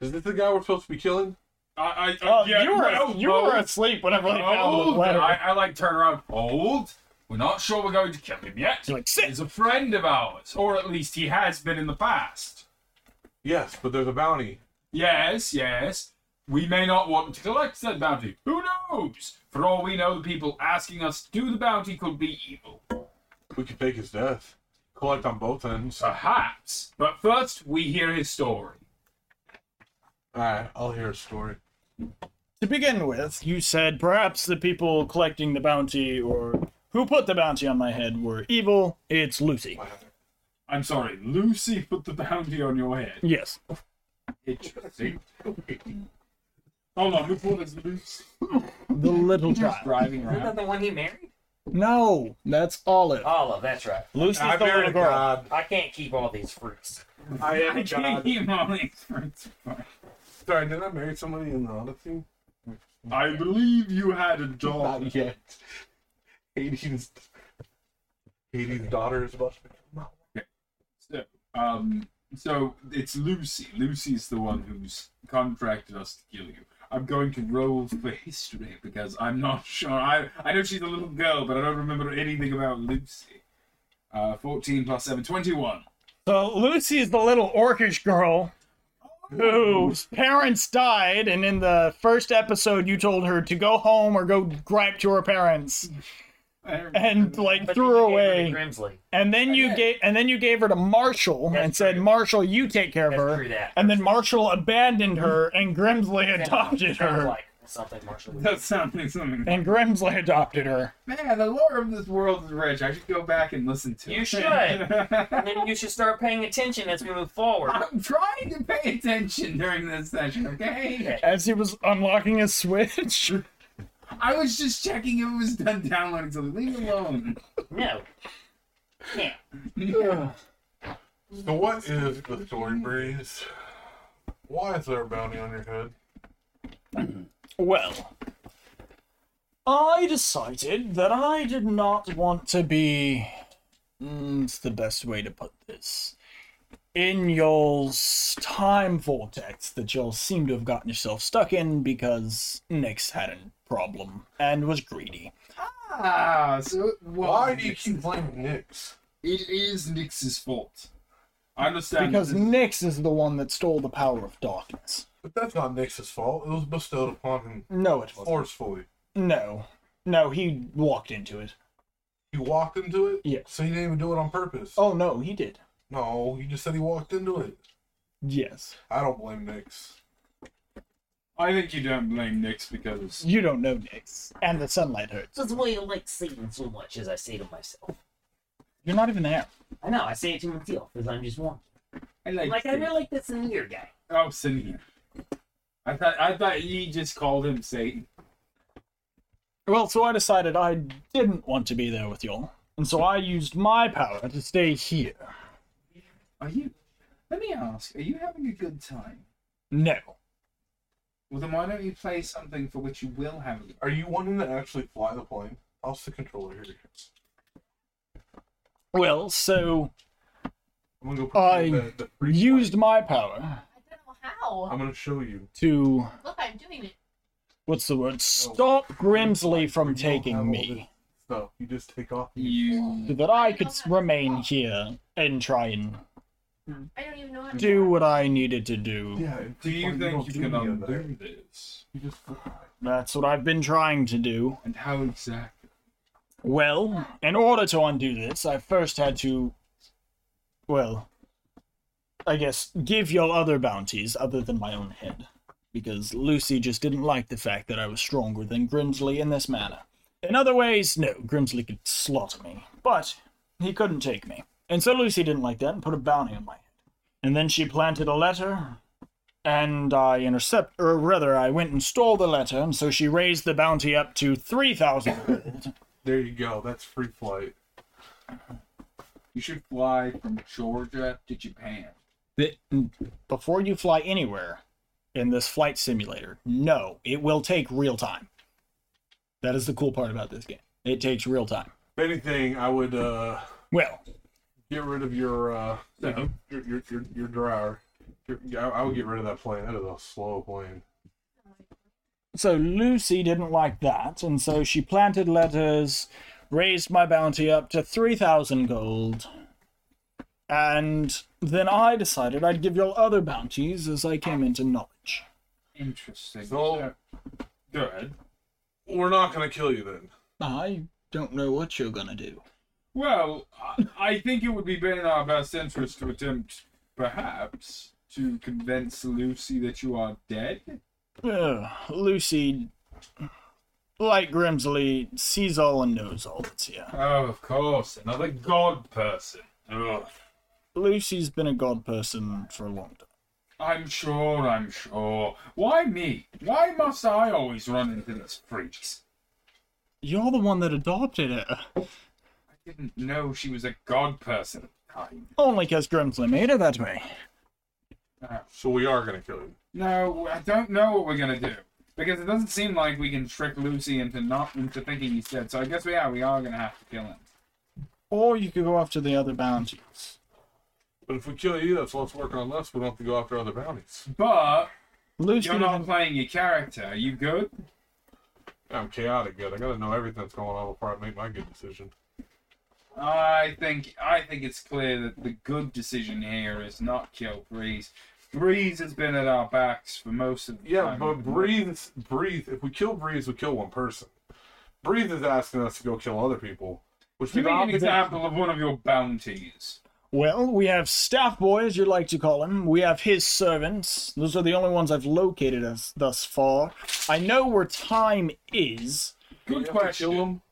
Speaker 3: Is this the guy we're supposed to be killing?
Speaker 7: I, I,
Speaker 1: Oh,
Speaker 7: uh, yeah,
Speaker 1: you were
Speaker 7: well,
Speaker 1: you
Speaker 7: well,
Speaker 1: were asleep whenever they found the
Speaker 4: Oh,
Speaker 7: Hold,
Speaker 1: letter.
Speaker 7: I, I like turn around. Hold. We're not sure we're going to kill him yet.
Speaker 1: You're like, "Sit."
Speaker 7: He's a friend of ours, or at least he has been in the past.
Speaker 3: Yes, but there's a bounty.
Speaker 7: Yes, yes. We may not want to collect said bounty. Who knows? For all we know, the people asking us to do the bounty could be evil.
Speaker 3: We could fake his death. Collect on both ends.
Speaker 7: Perhaps. But first, we hear his story.
Speaker 3: Alright, I'll hear a story.
Speaker 1: To begin with, you said perhaps the people collecting the bounty or who put the bounty on my head were evil. It's Lucy.
Speaker 7: I'm sorry,
Speaker 4: Lucy put the bounty on your head.
Speaker 1: Yes.
Speaker 4: Interesting.
Speaker 7: Hold on, which one is loose?
Speaker 1: The little child.
Speaker 4: Driving
Speaker 2: Isn't that
Speaker 4: around.
Speaker 2: the one he married?
Speaker 1: No, that's Olive.
Speaker 2: Olive, that's right.
Speaker 1: Lucy's
Speaker 3: I
Speaker 1: the
Speaker 3: bear
Speaker 1: little
Speaker 3: to
Speaker 1: girl.
Speaker 3: God.
Speaker 2: I can't keep all these fruits.
Speaker 3: I
Speaker 1: (laughs)
Speaker 3: am
Speaker 4: (laughs) I
Speaker 3: a
Speaker 4: can't
Speaker 3: God.
Speaker 4: keep all these friends apart.
Speaker 3: Sorry, did I marry somebody in the Odyssey?
Speaker 7: I believe you had a dog.
Speaker 3: Not yet. Hades. Hades' daughter is about to become.
Speaker 4: So, um, so it's Lucy. Lucy's the one who's contracted us to kill you. I'm going to roll for history because I'm not (laughs) sure. I I know she's a little girl, but I don't remember anything about Lucy. Uh, 14 plus 7, (laughs) 21.
Speaker 1: So Lucy is the little orcish girl whose parents died, and in the first episode, you told her to go home or go gripe to her parents. and like
Speaker 2: But
Speaker 1: threw her
Speaker 2: you gave her to
Speaker 1: away.
Speaker 2: Grimsley.
Speaker 1: And then you
Speaker 4: Okay.
Speaker 1: gave and then you gave her to Marshall
Speaker 2: That's
Speaker 1: and said,
Speaker 2: true.
Speaker 1: Marshall, you take care of
Speaker 2: That's
Speaker 1: her.
Speaker 2: true Mm-hmm. that.
Speaker 1: And then Marshall abandoned her and Grimsley
Speaker 2: Sounds-
Speaker 1: adopted
Speaker 2: sounds
Speaker 1: her.
Speaker 2: Like something Marshall. would do.
Speaker 4: That sounds something.
Speaker 1: And Grimsley adopted her.
Speaker 4: Man, the lore of this world is rich. I should go back and listen to it.
Speaker 2: You should.
Speaker 4: (laughs) I'm
Speaker 2: And then you should start paying attention as we move forward. (laughs)
Speaker 4: trying to pay attention during this session, okay?
Speaker 1: As he was unlocking his (laughs) switch.
Speaker 4: I was just checking if it was done downloading something. Leave it alone.
Speaker 2: No. Can't.
Speaker 3: So what is the story, Breeze? Why is there a bounty on your head?
Speaker 1: Well, I decided that I did not want to be. Mm, It's the best way to put this. In y'all's time vortex that y'all seem to have gotten yourself stuck in because Nyx had a problem and was greedy.
Speaker 4: Ah, so it was
Speaker 3: Why do you keep blaming Nix?
Speaker 4: It is Nix's fault. I understand.
Speaker 1: Because
Speaker 4: that
Speaker 1: Nyx is the one that stole the power of darkness.
Speaker 3: But that's not Nix's fault. It was bestowed upon him
Speaker 1: No, it wasn't.
Speaker 3: forcefully.
Speaker 1: No. No, he walked into it.
Speaker 3: He walked into it?
Speaker 1: Yeah.
Speaker 3: So he didn't even do it on purpose.
Speaker 1: Oh, no, he did.
Speaker 3: No, you just said he walked into it.
Speaker 1: Yes.
Speaker 3: I don't blame Nix.
Speaker 7: I think you don't blame Nix because
Speaker 1: You don't know Nyx. And the sunlight hurts.
Speaker 2: That's why I like Satan so much, as I say to myself.
Speaker 1: You're not even there.
Speaker 2: I know, I say it to myself, because I'm just one.
Speaker 4: I like.
Speaker 2: Like, I really like this in your guy.
Speaker 4: Oh, Satan. I thought I thought you just called him Satan.
Speaker 1: Well, so I decided I didn't want to be there with y'all. And so I used my power to stay here.
Speaker 4: Are you? Let me ask. Are you having a good time?
Speaker 1: No.
Speaker 4: Well, then why don't you play something for which you will have a good
Speaker 3: Are you wanting to actually fly the plane? I'll the controller here.
Speaker 1: Well, so
Speaker 3: I'm gonna go put
Speaker 1: I
Speaker 3: you in the, the free
Speaker 1: used
Speaker 3: plane.
Speaker 1: my power
Speaker 5: I don't know how.
Speaker 3: I'm gonna show you.
Speaker 1: to
Speaker 5: Look, I'm doing it.
Speaker 1: what's the word? Stop Grimsley from
Speaker 3: You don't have
Speaker 1: taking
Speaker 3: all
Speaker 1: me.
Speaker 3: this Stuff. You just take off. and you
Speaker 4: You.
Speaker 1: So that I could remain here and try and
Speaker 5: I don't even know how to
Speaker 1: do what I needed to do.
Speaker 3: Yeah. it's
Speaker 7: do you
Speaker 3: fine,
Speaker 7: think
Speaker 3: don't
Speaker 7: you
Speaker 3: do
Speaker 7: can
Speaker 3: any of that.
Speaker 7: undo this?
Speaker 3: You just fly.
Speaker 1: That's what I've been trying to do.
Speaker 4: And how exactly?
Speaker 1: Well, in order to undo this, I first had to, well, I guess give y'all other bounties other than my own head, because Lucy just didn't like the fact that I was stronger than Grimsley in this manner. In other ways, no, Grimsley could slaughter me, but he couldn't take me, and so Lucy didn't like that and put a bounty on my head. And then she planted a letter, and I intercept, or rather, I went and stole the letter, and so she raised the bounty up to three thousand gold.
Speaker 3: There you go. That's free flight.
Speaker 4: You should fly from Georgia to Japan.
Speaker 1: that before you fly anywhere in this flight simulator, no, it will take real time. That is the cool part about this game. It takes real time.
Speaker 3: If anything, I would uh
Speaker 1: Well,
Speaker 3: get rid of your uh
Speaker 7: No.
Speaker 3: your your your, your dryer. Your, yeah, I I would get rid of that plane. That is a slow plane.
Speaker 1: so Lucy didn't like that, and so she planted letters, raised my bounty up to 3,000 gold, and then I decided I'd give y'all other bounties as I came into knowledge.
Speaker 4: Interesting.
Speaker 3: So-
Speaker 7: Go ahead.
Speaker 3: We're not gonna kill you then.
Speaker 1: I don't know what you're gonna do.
Speaker 7: Well, I- I think it would be been in our best interest to attempt, perhaps,
Speaker 4: to convince Lucy that you are dead.
Speaker 1: Ugh, Lucy, like Grimsley, sees all and knows all that's here.
Speaker 7: Oh, of course, another god person. Ugh.
Speaker 1: Lucy's been a god person for a long time.
Speaker 7: I'm sure, I'm sure. Why me? Why must I always run into these freaks?
Speaker 1: You're the one that adopted her.
Speaker 7: I didn't know she was a god person. Kind.
Speaker 1: Only 'cause Grimsley made her that way.
Speaker 3: So we are gonna kill you.
Speaker 4: No, I don't know what we're gonna do because it doesn't seem like we can trick Lucy into not into thinking he's dead. So I guess we are. We are gonna have to kill him.
Speaker 1: Or you could go after the other bounties.
Speaker 3: But if we kill you, that's less work on us. We don't have to go after other bounties.
Speaker 4: But
Speaker 1: Lucy,
Speaker 4: you're not
Speaker 1: didn't-
Speaker 4: playing your character. Are you good?
Speaker 3: I'm chaotic good. I gotta know everything that's going on before I make my good decision.
Speaker 4: I think I think it's clear that the good decision here is not kill Breeze. Breeze has been at our backs for most of the
Speaker 3: Yeah,
Speaker 4: time.
Speaker 3: but Breeze, Breeze. If we kill Breeze, we kill one person. Breathe is asking us to go kill other people, which
Speaker 4: Give
Speaker 3: is
Speaker 4: me an
Speaker 3: obviously
Speaker 4: example of one of your bounties.
Speaker 1: Well, we have staff boy, as you like to call him. We have his servants. Those are the only ones I've located as thus far. I know where time is.
Speaker 3: have
Speaker 4: Good
Speaker 3: to kill
Speaker 4: question.
Speaker 3: them.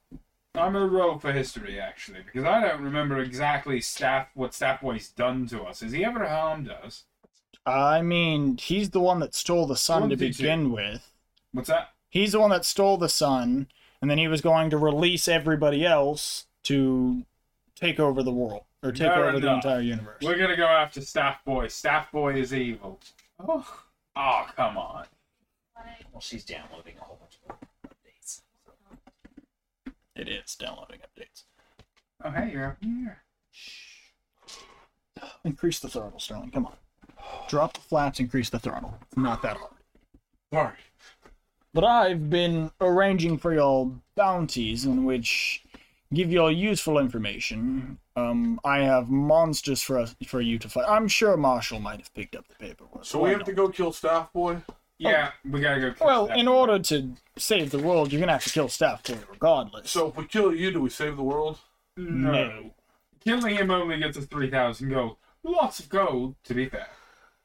Speaker 4: I'm gonna roll for history actually because I don't remember exactly staff what Staffboy's done to us. Has he ever harmed us?
Speaker 1: I mean, he's the one that stole the sun to
Speaker 4: 22.
Speaker 1: begin with.
Speaker 4: What's that?
Speaker 1: He's the one that stole the sun, and then he was going to release everybody else to take over the world or take
Speaker 4: Fair
Speaker 1: over the
Speaker 4: enough.
Speaker 1: entire universe.
Speaker 4: We're gonna go after Staffboy. Staffboy is evil.
Speaker 1: Oh.
Speaker 4: Oh come on.
Speaker 5: Like,
Speaker 2: Well, she's downloading a whole bunch of updates.
Speaker 1: It is downloading updates.
Speaker 4: Oh hey, you're up here.
Speaker 1: Increase the throttle, Sterling. Come on. Drop the flaps, increase the throttle. It's Not that hard.
Speaker 3: Sorry.
Speaker 1: But I've been arranging for y'all bounties in which give y'all useful information. Um, I have monsters for us, for you to fight. I'm sure Marshall might have picked up the paperwork.
Speaker 3: So we
Speaker 1: Why
Speaker 3: have to go kill Staff Boy.
Speaker 4: Yeah, we gotta go.
Speaker 1: not?
Speaker 4: kill
Speaker 1: Oh. Well, in
Speaker 4: Staffboy.
Speaker 1: order to save the world, you're gonna have to kill staff boy regardless.
Speaker 3: So if we kill you, do we save the world?
Speaker 4: No.
Speaker 1: no.
Speaker 4: Killing him only gets us 3,000 gold. Lots of gold, to be fair.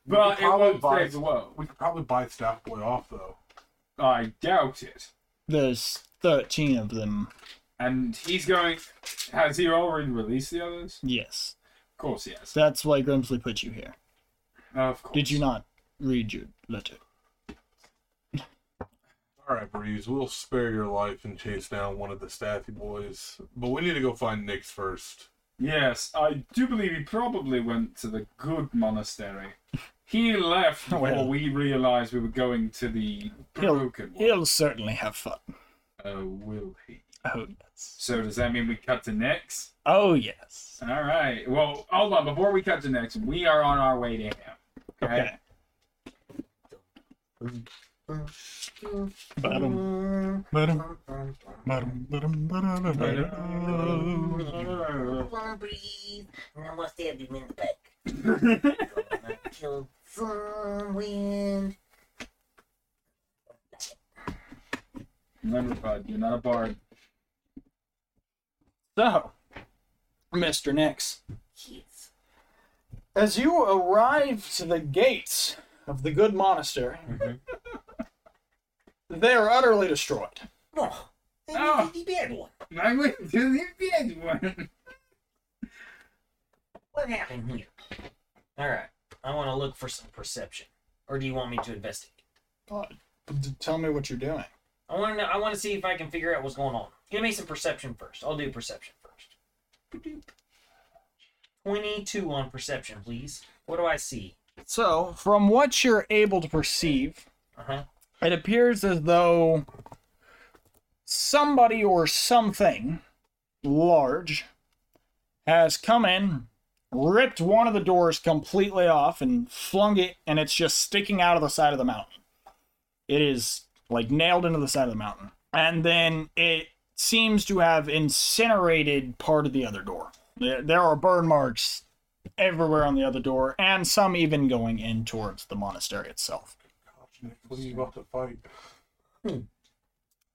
Speaker 4: But it
Speaker 3: probably
Speaker 4: won't
Speaker 3: buy-
Speaker 4: save the world.
Speaker 3: We could probably buy Staff Boy off though.
Speaker 4: I doubt it.
Speaker 1: There's 13 of them.
Speaker 4: And he's going. Has he already released the others?
Speaker 1: Yes,
Speaker 4: Of course he has.
Speaker 1: that's why Grimsley put you here.
Speaker 4: Of course.
Speaker 1: Did you not read your letter?
Speaker 3: All right, Breeze. We'll spare your life and chase down one of the Staffy Boys, but we need to go find Nyx first.
Speaker 4: Yes, I do believe he probably went to the good monastery. He left
Speaker 1: Oh,
Speaker 4: before
Speaker 1: (laughs) well.
Speaker 4: we realized we were going to the
Speaker 1: He'll,
Speaker 4: broken one.
Speaker 1: he'll certainly have fun.
Speaker 4: Oh, will he?
Speaker 1: Oh yes.
Speaker 4: So does that mean we cut to next?
Speaker 1: Oh yes.
Speaker 4: All right. Well, hold on. Before we cut to next, we are on our way to him.
Speaker 1: Okay.
Speaker 6: wanna breathe, and I wanna stab him in the back. I wanna kill some wind.
Speaker 4: Remember, bud, you're not a bard.
Speaker 1: So, Mr. Nix,
Speaker 6: Jeez.
Speaker 1: as you arrive to the gates of the good monastery,
Speaker 2: Mm-hmm.
Speaker 1: they are utterly destroyed.
Speaker 6: Oh,
Speaker 4: Oh.
Speaker 6: oh. bad one.
Speaker 4: I'm going to do the big one.
Speaker 6: What happened here?
Speaker 2: Mm-hmm. All right. I want to look for some perception, or do you want me to investigate?
Speaker 1: Tell me what you're doing.
Speaker 2: I want to know. I want to see if I can figure out what's going on. Give me some perception first. I'll do perception first. Twenty-two on perception, please. What do I see?
Speaker 1: So, from what you're able to perceive,
Speaker 2: Uh huh.
Speaker 1: it appears as though somebody or something large has come in, ripped one of the doors completely off, and flung it, and it's just sticking out of the side of the mountain. It is like nailed into the side of the mountain. And then it seems to have incinerated part of the other door. There there are burn marks everywhere on the other door, and some even going in towards the monastery itself.
Speaker 3: Nyx, what are you about to fight?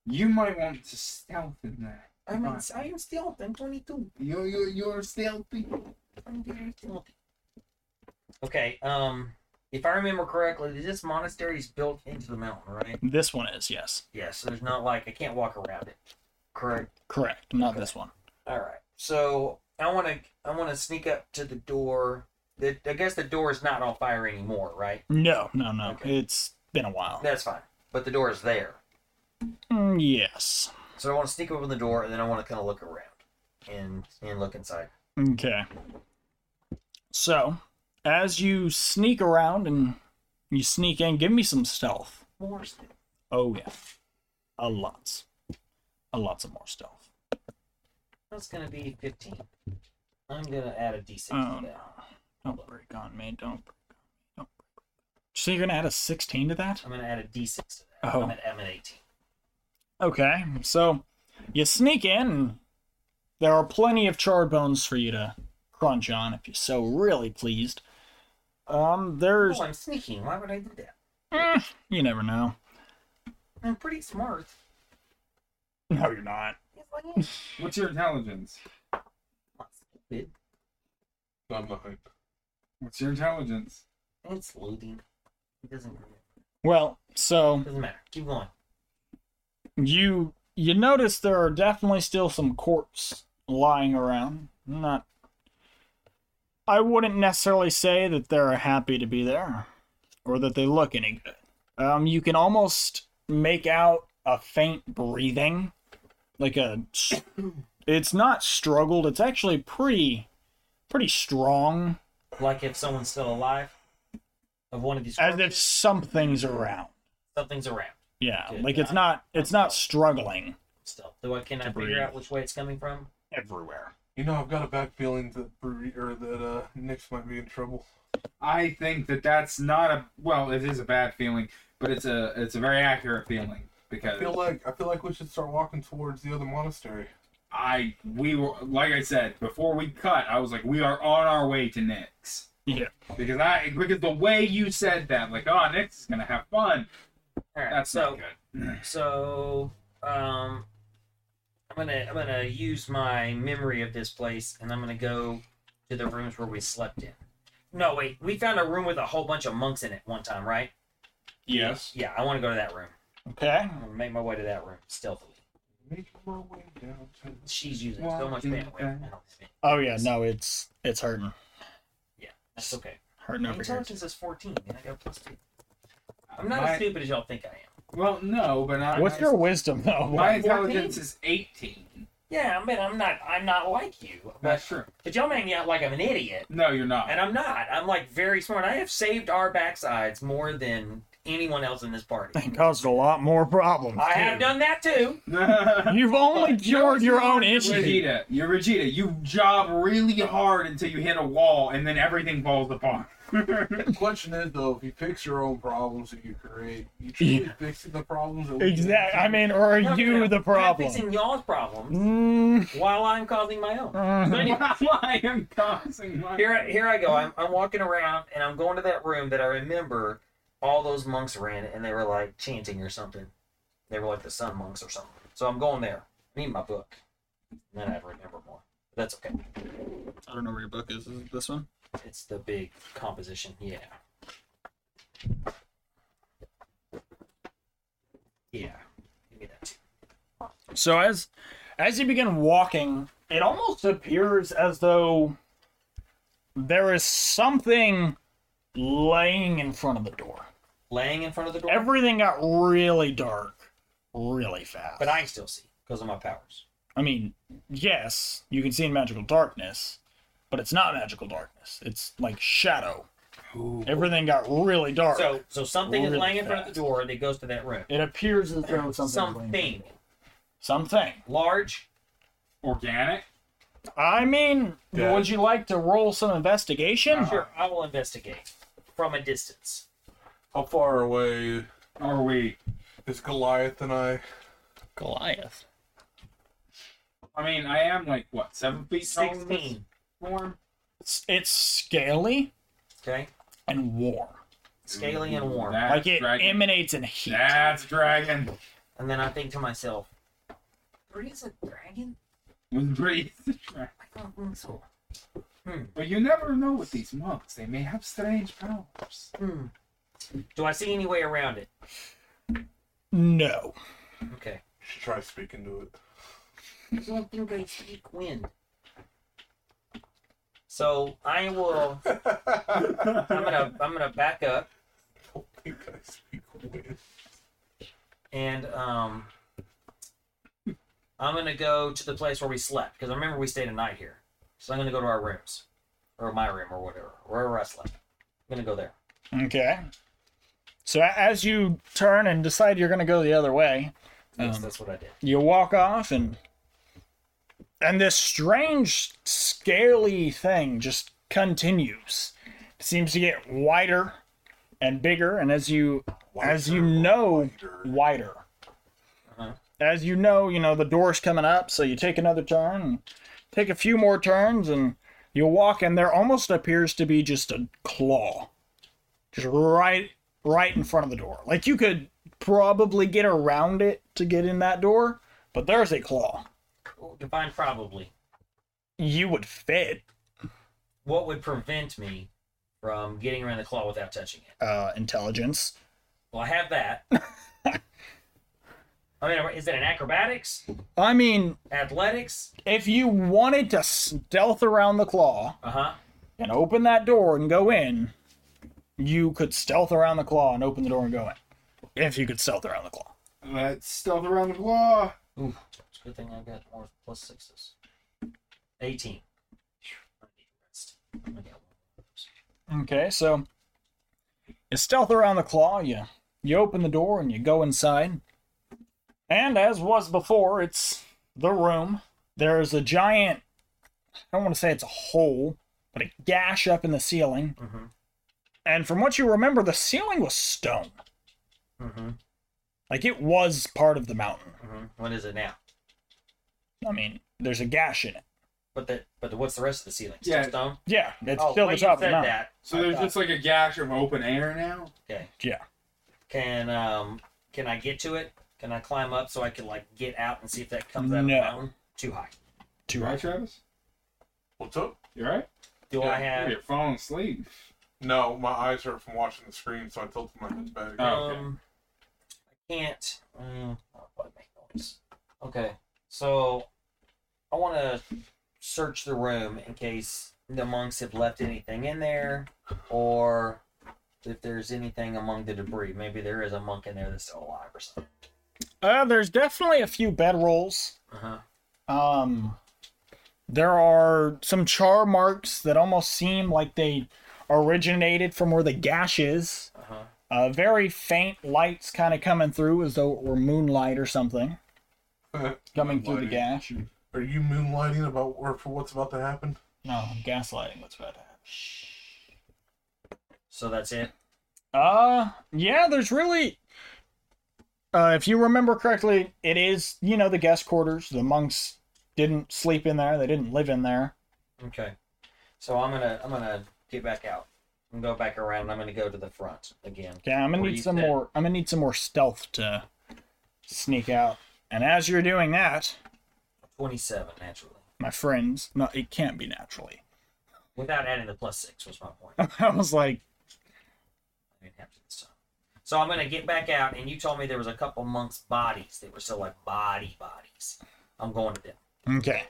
Speaker 4: You might want to stealth in there.
Speaker 6: I'm in, I am stealth. I'm 22.
Speaker 4: You're, you're, you're stealthy.
Speaker 6: I'm very stealthy.
Speaker 2: Okay. Um, if I remember correctly, this monastery is built into the mountain, right?
Speaker 1: This one is, yes.
Speaker 2: Yeah. So there's not like I can't walk around it. Correct.
Speaker 1: Correct. Not this one.
Speaker 2: All right. So I want to I want to sneak up to the door. The, I guess the door is not on fire anymore, right?
Speaker 1: No, no, no.
Speaker 2: Okay.
Speaker 1: It's been a while.
Speaker 2: That's fine. But the door is there.
Speaker 1: Mm, yes.
Speaker 2: So I want to sneak open the door and then I want to kind of look around and and look inside.
Speaker 1: Okay. So, as you sneak around and you sneak in, give me some stealth.
Speaker 2: More stuff.
Speaker 1: Oh, yeah. A lot. A lots of more stealth.
Speaker 2: That's gonna be fifteen. I'm gonna add a d6
Speaker 1: Oh,
Speaker 2: to
Speaker 1: no.
Speaker 2: that.
Speaker 1: Don't break on me. Don't break on me. Don't break. So, you're going to add a 16 to that?
Speaker 2: I'm gonna add a d6 to that.
Speaker 1: Oh.
Speaker 2: I'm at I'm at eighteen.
Speaker 1: Okay, so you sneak in. and There are plenty of charred bones for you to crunch on if you're so really pleased. Um, there's.
Speaker 2: Oh, I'm sneaking. Why would I do that?
Speaker 1: eh, you never know.
Speaker 2: I'm pretty smart.
Speaker 1: No, you're not.
Speaker 4: What's your intelligence?
Speaker 3: I'm behind.
Speaker 4: What's your intelligence?
Speaker 2: It's loading. It doesn't.
Speaker 1: Well, so
Speaker 2: Doesn't matter. Keep going.
Speaker 1: you you notice there are definitely still some corpse lying around. Not I wouldn't necessarily say that they're happy to be there or that they look any good. Um you can almost make out a faint breathing like a s- it's not struggled, it's actually pretty pretty strong
Speaker 2: Like if someone's still alive, of one of these.
Speaker 1: as if
Speaker 2: corpses,
Speaker 1: something's around.
Speaker 2: something's around
Speaker 1: Yeah,
Speaker 2: Good
Speaker 1: like it's
Speaker 2: God.
Speaker 1: not it's not struggling
Speaker 2: still. Though I cannot
Speaker 1: To
Speaker 2: figure
Speaker 1: breathe.
Speaker 2: out which way it's coming from.
Speaker 1: everywhere.
Speaker 3: You know, I've got a bad feeling that Bre- or that uh, Nix might be in trouble.
Speaker 4: I think that that's not a well. It is a bad feeling, but it's a it's a very accurate feeling
Speaker 3: I
Speaker 4: because
Speaker 3: feel like I feel like we should start walking towards the other monastery.
Speaker 4: I we were like I said before we cut. I was like, we are on our way to Nick's.
Speaker 1: Yeah.
Speaker 4: Because I because the way you said that, like, oh, Nick's is gonna have fun.
Speaker 2: All right.
Speaker 4: That's
Speaker 2: so
Speaker 4: not good.
Speaker 2: so um, I'm gonna I'm gonna use my memory of this place, and I'm gonna go to the rooms where we slept in. No, wait. We found a room with a whole bunch of monks in it one time, right?
Speaker 7: Yes.
Speaker 2: Yeah, I want to go to that room.
Speaker 1: Okay.
Speaker 2: I'm gonna make my way to that room stealthily.
Speaker 3: Make my way down to
Speaker 2: She's using so much
Speaker 4: Walking
Speaker 2: bandwidth. I don't think-
Speaker 1: Oh yeah, no, it's it's hurting.
Speaker 2: That's okay.
Speaker 1: Hurting over here.
Speaker 2: Intelligence is 14, and I got plus two. I'm not
Speaker 4: My-
Speaker 2: as stupid as y'all think I am.
Speaker 4: Well, no, but I,
Speaker 1: What's your wisdom though?
Speaker 4: my
Speaker 2: What, 14?
Speaker 4: intelligence is eighteen.
Speaker 2: Yeah, I mean, I'm not. I'm not like you. But,
Speaker 4: That's true.
Speaker 2: but y'all make me out like I'm an idiot,
Speaker 4: No, you're not.
Speaker 2: and I'm not. I'm like very smart. I have saved our backsides more than anyone else in this party.
Speaker 1: It caused a lot more problems.
Speaker 2: I have done that too.
Speaker 1: (laughs)
Speaker 4: (laughs)
Speaker 1: You've only cured your own issue.
Speaker 4: Vegeta, you're Vegeta. You job really hard until you hit a wall, and then everything falls apart. (laughs)
Speaker 3: The question is though, if you fix your own problems that you create, you truly
Speaker 1: Yeah.
Speaker 3: fixing the problems that we
Speaker 1: Exactly. I mean, or are you the
Speaker 2: I'm
Speaker 1: problem?
Speaker 2: fixing y'all's problems
Speaker 1: Mm,
Speaker 2: while I'm causing my own. So
Speaker 1: mm. (laughs)
Speaker 2: anyway,
Speaker 4: I am causing my.
Speaker 2: Here, I- here I go. I'm, I'm walking around and I'm going to that room that I remember all those monks were in, and they were like chanting or something. They were like the sun monks or something. So I'm going there. I need my book. And then I remember more. But that's okay.
Speaker 1: I don't know where your book is. Is it this one?
Speaker 2: It's the big composition. Yeah. Yeah. Give me that too.
Speaker 1: So as as you begin walking, it almost appears as though there is something laying in front of the door.
Speaker 2: Laying in front of the door.
Speaker 1: Everything got really dark, really fast.
Speaker 2: But I can still see because of my powers.
Speaker 1: I mean, yes, you can see in magical darkness, but it's not magical darkness. It's like shadow. Everything got really dark.
Speaker 2: So, so something is
Speaker 1: Really
Speaker 2: laying in front of the
Speaker 1: fast.
Speaker 2: door that goes to that room.
Speaker 1: it appears as though something's laying-
Speaker 2: Something
Speaker 1: Something.
Speaker 2: large.
Speaker 4: Organic.
Speaker 1: I mean,
Speaker 3: Yeah.
Speaker 1: would you like to roll some investigation?
Speaker 2: Sure, I will investigate from a distance.
Speaker 3: How far away
Speaker 4: Are we?
Speaker 3: is Goliath and I?
Speaker 1: Goliath.
Speaker 4: I mean, I am like what seven feet tall. in this
Speaker 2: 16.
Speaker 4: Form.
Speaker 1: It's, it's scaly
Speaker 2: Okay.
Speaker 1: and warm.
Speaker 2: Scaly and warm.
Speaker 4: That's
Speaker 1: Like it
Speaker 4: dragon.
Speaker 1: emanates in heat.
Speaker 4: That's dragon.
Speaker 2: And then I think to myself, three is a dragon?
Speaker 4: Was pretty. dragon.
Speaker 2: I don't think so.
Speaker 4: But you never know with these monks; they may have strange powers.
Speaker 2: Hmm. Do I see any way around it?
Speaker 1: No.
Speaker 2: Okay.
Speaker 3: You should try speaking to it. (laughs)
Speaker 2: I don't think I speak wind. So I will. I'm gonna. I'm gonna back up
Speaker 3: Don't think I speak with.
Speaker 2: and um. I'm gonna go to the place where we slept because I remember we stayed a night here. So I'm gonna go to our rooms, or my room, or whatever, wherever I slept. I'm gonna go there.
Speaker 1: Okay. So a- as you turn and decide you're going to go the other way,
Speaker 2: Yes,
Speaker 1: Um,
Speaker 2: that's what I did.
Speaker 1: you walk off and and this strange scaly thing just continues it seems to get wider and bigger and as you as you know wider
Speaker 2: Uh-huh.
Speaker 1: as you know you know the door's coming up so you take another turn and take a few more turns and you walk and there almost appears to be just a claw just right right in front of the door like you could probably get around it to get in that door but there's a claw.
Speaker 2: Define probably.
Speaker 1: You would fit
Speaker 2: What would prevent me from getting around the claw without touching it?
Speaker 1: uh, intelligence.
Speaker 2: Well, I have that. I mean, is it an acrobatics,
Speaker 1: I mean,
Speaker 2: athletics?
Speaker 1: if you wanted to stealth around the claw
Speaker 2: Uh huh.
Speaker 1: and open that door and go in, you could stealth around the claw and open the door and go in. If you could stealth around the claw.
Speaker 4: (laughs) Let's stealth around the claw.
Speaker 2: It's a good thing I got more plus sixes. Eighteen. I need to rest. I got one.
Speaker 1: Okay, so you stealth around the claw, you you open the door and you go inside. And as was before, it's the room. There is a giant I don't want to say it's a hole, but a gash up in the ceiling.
Speaker 2: Mhm.
Speaker 1: And from what you remember, the ceiling was stone.
Speaker 2: Mhm.
Speaker 1: Like it was part of the mountain.
Speaker 2: Mhm. What is it now?
Speaker 1: I mean, there's a gash in it.
Speaker 2: But the but the, what's the rest of the ceiling?
Speaker 4: Yeah.
Speaker 2: Still stone.
Speaker 1: Yeah, it's
Speaker 2: oh,
Speaker 1: still
Speaker 2: well,
Speaker 1: the
Speaker 2: you
Speaker 1: top of the
Speaker 2: said
Speaker 1: mountain.
Speaker 2: that.
Speaker 4: So there's just like a gash of open air now.
Speaker 2: Okay.
Speaker 1: Yeah.
Speaker 2: Can um can I get to it? Can I climb up so I can like get out and see if that comes out of the
Speaker 1: No.
Speaker 2: mountain? Too high.
Speaker 1: Too
Speaker 4: You
Speaker 1: high.
Speaker 4: right, Travis?
Speaker 3: What's up?
Speaker 4: You right?
Speaker 2: Do I have
Speaker 4: You're falling asleep.
Speaker 3: No, my eyes hurt from watching the screen, so I tilted my head back.
Speaker 4: Oh. okay.
Speaker 2: um I can't um I'll probably make noise. Okay. So I wanna search the room in case the monks have left anything in there or if there's anything among the debris. Maybe there is a monk in there that's still alive or something.
Speaker 1: Uh, there's definitely a few bed rolls
Speaker 2: Uh-huh.
Speaker 1: Um, there are some char marks that almost seem like they originated from where the gash is.
Speaker 2: Uh-huh.
Speaker 1: Uh, very faint lights kind of coming through as though it were moonlight or something coming through the
Speaker 3: Moonlighting.
Speaker 1: gash.
Speaker 3: Are you moonlighting about or for what's about to happen?
Speaker 1: No, gaslighting. What's about to happen?
Speaker 2: So that's it.
Speaker 1: Uh, yeah, there's really. Uh, if you remember correctly, it is, you know, the guest quarters. The monks didn't sleep in there, they didn't live in there.
Speaker 2: Okay. So I'm gonna I'm gonna get back out and go back around. and I'm gonna go to the front again.
Speaker 1: Okay, I'm gonna
Speaker 2: What do
Speaker 1: need
Speaker 2: you
Speaker 1: some
Speaker 2: think?
Speaker 1: more. I'm gonna need some more stealth to sneak out. And as you're doing that,
Speaker 2: Twenty-seven naturally,
Speaker 1: my friends, no, it can't be naturally. (laughs)
Speaker 2: without adding the plus six was my point. I
Speaker 1: I was like,
Speaker 2: didn't have to this time. So I'm gonna get back out, and you told me there was a couple monks' bodies that were still like body bodies. I'm going to them.
Speaker 1: okay.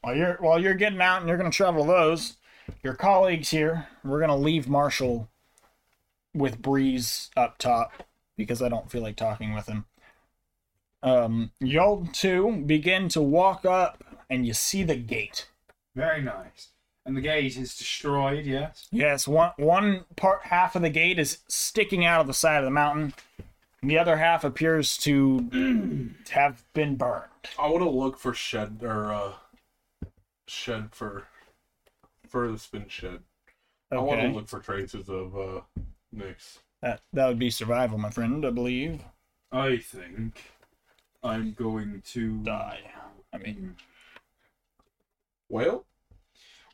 Speaker 1: While you're while you're getting out and you're gonna travel those, your colleagues here, we're gonna leave Marshall with Breeze up top because I don't feel like talking with him. Um, y'all two begin to walk up and you see the gate.
Speaker 4: Very nice. And the gate is destroyed. Yes.
Speaker 1: Yes, one one part half of the gate is sticking out of the side of the mountain. and The other half appears to (clears throat) have been burned.
Speaker 3: I want to look for shed or uh, shed for furthest been shed. I want to
Speaker 1: Okay.
Speaker 3: look for traces of uh, Nyx.
Speaker 1: That that would be survival, my friend, I believe.
Speaker 7: I think I'm going to
Speaker 1: Die. I mean
Speaker 3: Well,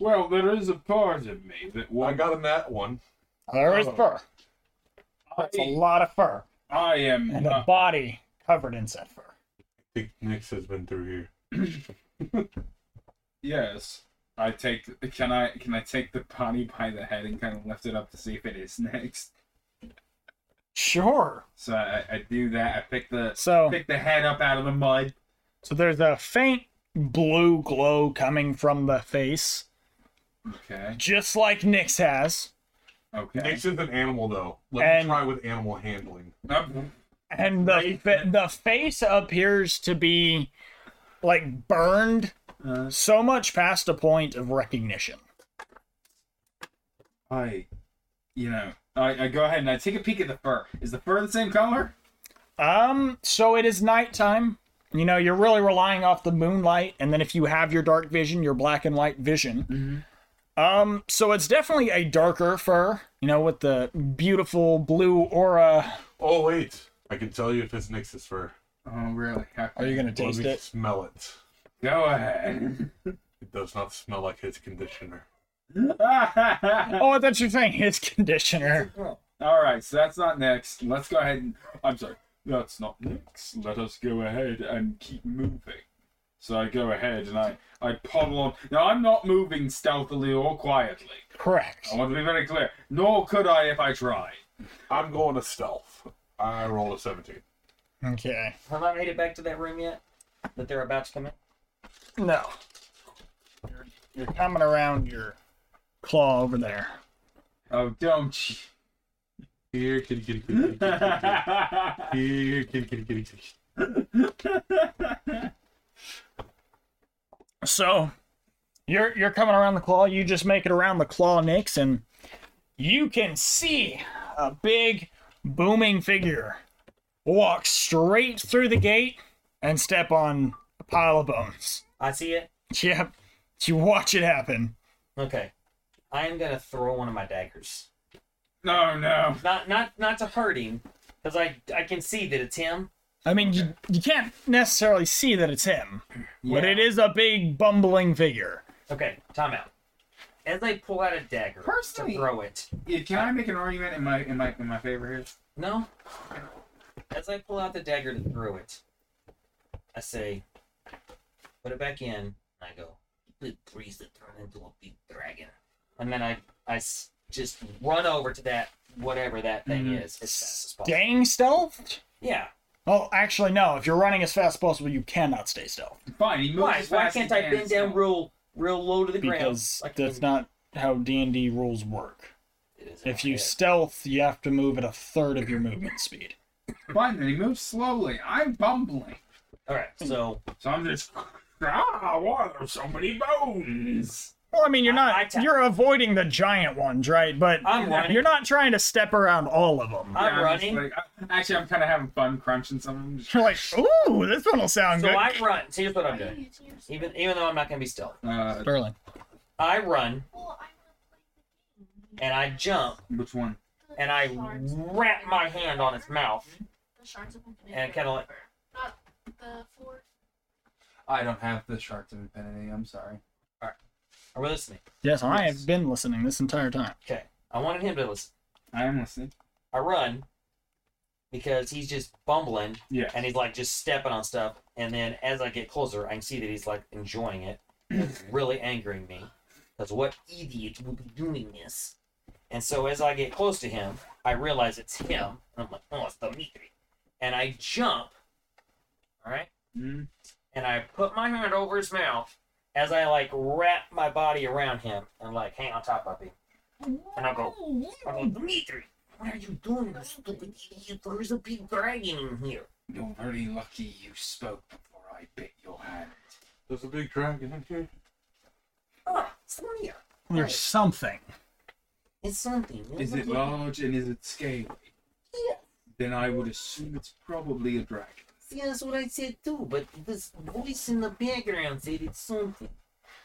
Speaker 7: Well, there is a part of me that
Speaker 3: I
Speaker 7: wants.
Speaker 3: got a nat one.
Speaker 1: there is
Speaker 3: Oh.
Speaker 1: fur. That's a lot of fur.
Speaker 7: I am.
Speaker 4: uh,
Speaker 1: And
Speaker 4: Uh-huh.
Speaker 1: a body covered in said fur.
Speaker 3: I think Nyx has been through here.
Speaker 4: Yes. I take. Can I? Can I take the potty by the head and kind of lift it up to see if it is (laughs) next?
Speaker 1: Sure.
Speaker 4: So I, I do that. I pick the
Speaker 1: So
Speaker 4: pick the head up out of the mud.
Speaker 1: so there's a faint blue glow coming from the face,
Speaker 4: Okay.
Speaker 1: just like Nyx has.
Speaker 4: Okay.
Speaker 3: Nyx is an animal though. Let
Speaker 1: And-
Speaker 3: me try with animal handling.
Speaker 4: Up.
Speaker 1: and the fa- the face appears to be like burned
Speaker 4: Uh,
Speaker 1: so much past a point of recognition.
Speaker 4: I. You know. I, I go ahead and I take a peek at the fur. Is the fur the same color?
Speaker 1: Um, so it is nighttime. You know, you're really relying off the moonlight, and then if you have your dark vision, your black and white vision. Um, so it's definitely a darker fur. You know, with the beautiful blue aura.
Speaker 3: Oh wait, I can tell you if it's Nyx's fur.
Speaker 4: Oh really? Okay.
Speaker 1: Are you gonna
Speaker 3: Let
Speaker 1: taste
Speaker 3: me
Speaker 1: it?
Speaker 3: Smell it.
Speaker 4: Go
Speaker 1: (laughs)
Speaker 4: ahead. (laughs)
Speaker 3: It does not smell like his conditioner.
Speaker 1: Oh, I thought you were saying his (laughs) conditioner.
Speaker 4: All right, so that's not next. Let's go ahead and I'm sorry.
Speaker 7: that's not Nick's. Let us go ahead and keep moving. So I go ahead and I, I pommel on. Now, I'm not moving stealthily or quietly.
Speaker 1: Correct.
Speaker 7: I want to be very clear. Nor could I if I tried.
Speaker 3: I'm going to stealth. I roll a 17.
Speaker 1: Okay.
Speaker 2: Have I made it back to that room yet? That they're about to come in?
Speaker 1: No. You're, you're coming around your claw over there.
Speaker 7: Oh, don't you?
Speaker 3: Here, kitty, kitty, kitty, kitty, kitty, kitty.
Speaker 1: (laughs)
Speaker 3: Here, kitty, kitty, kitty, kitty.
Speaker 1: So you're you're coming around the claw. You just make it around the claw, Nix, and you can see a big booming figure walk straight through the gate and step on a pile of bones. (laughs)
Speaker 2: I see it.
Speaker 1: Yep. You watch it happen.
Speaker 2: Okay. I am gonna throw one of my daggers.
Speaker 7: No, no.
Speaker 2: Not not not to hurt him, because I I can see that it's him.
Speaker 1: I mean, you, you can't necessarily see that it's him, but
Speaker 2: Yeah.
Speaker 1: it is a big bumbling figure.
Speaker 2: Okay, timeout. As I pull out a dagger
Speaker 4: Personally-
Speaker 2: to throw it.
Speaker 4: Yeah, can I make an argument in my in my in my favor here?
Speaker 2: No. As I pull out the dagger to throw it, I say, put it back in, and I go, big breeze that turned into a big dragon. And then I, I s- just run over to that, whatever that thing
Speaker 1: Mm-hmm.
Speaker 2: is, as fast as possible.
Speaker 1: Staying stealthed?
Speaker 2: Yeah.
Speaker 1: Oh, actually, no. If you're running as fast as possible, you cannot stay stealthed
Speaker 4: Fine, he moves
Speaker 2: Why?
Speaker 4: as
Speaker 2: Why
Speaker 4: fast
Speaker 2: can't
Speaker 4: as he
Speaker 2: I bend
Speaker 4: can,
Speaker 2: down
Speaker 4: so-
Speaker 2: real, real low to the ground?
Speaker 1: because
Speaker 2: like
Speaker 1: that's
Speaker 2: the-
Speaker 1: not how D and D rules work.
Speaker 2: it is in
Speaker 1: If
Speaker 2: my
Speaker 1: you
Speaker 2: head.
Speaker 1: stealth, you have to move at a third of your movement speed.
Speaker 4: Fine, then he moves slowly. I'm bumbling.
Speaker 2: All right, so
Speaker 7: So I'm just. (laughs) Ah, why are there so many bones?
Speaker 1: Well, I mean, you're
Speaker 2: I-
Speaker 1: not
Speaker 2: I ta-
Speaker 1: you're avoiding the giant ones, right? But
Speaker 2: I'm running.
Speaker 1: you're not trying to step around all of them.
Speaker 2: I'm
Speaker 4: Yeah, just
Speaker 2: running.
Speaker 4: like- actually, I'm kind of having fun crunching some of them.
Speaker 1: (laughs) You're like, ooh, this one will sound
Speaker 2: so
Speaker 1: good.
Speaker 2: I run. See, here's what I'm
Speaker 5: Why are
Speaker 2: doing.
Speaker 5: you using your sword?
Speaker 2: Even, even though I'm not gonna be stealth,
Speaker 4: Uh,
Speaker 1: Sterling.
Speaker 2: I run
Speaker 5: Well, I wanna play the game.
Speaker 2: and I jump
Speaker 4: which one?
Speaker 5: The
Speaker 2: and I
Speaker 5: shards of
Speaker 2: wrap my
Speaker 5: infinite
Speaker 2: hand on its
Speaker 5: forever.
Speaker 2: mouth.
Speaker 5: The shards of infinite
Speaker 2: and kinda like-
Speaker 5: forever. Not the four.
Speaker 4: I don't have the Sharks of Infinity. I'm sorry.
Speaker 2: Are we listening?
Speaker 1: Yes, I have been listening this entire time.
Speaker 2: Okay. I wanted him to listen.
Speaker 4: I am listening.
Speaker 2: I run because he's just bumbling
Speaker 7: Yeah.
Speaker 2: and he's like just stepping on stuff. And then as I get closer, I can see that he's like enjoying it. It's really angering me because what idiot would be doing this? And so as I get close to him, I realize it's him. I'm like, oh, it's Dimitri. And I jump. All right.
Speaker 4: Mm.
Speaker 2: and I put my hand over his mouth as I like wrap my body around him and like hang on top of him. And I go, I go, Dimitri,
Speaker 6: "Oh, What are you doing, you stupid idiot? There's a big dragon in here.
Speaker 4: You're very lucky you spoke before I bit your hand.
Speaker 3: There's a big dragon in here.
Speaker 6: Ah, it's here.
Speaker 1: There's something.
Speaker 6: It's something. It's
Speaker 4: Is
Speaker 6: a
Speaker 4: it
Speaker 6: big-
Speaker 4: large and is it scaly?
Speaker 6: Yes.
Speaker 4: Then I would assume it's probably a dragon. (laughs)
Speaker 6: Yeah, that's what I said too, but this voice in the background said it's something.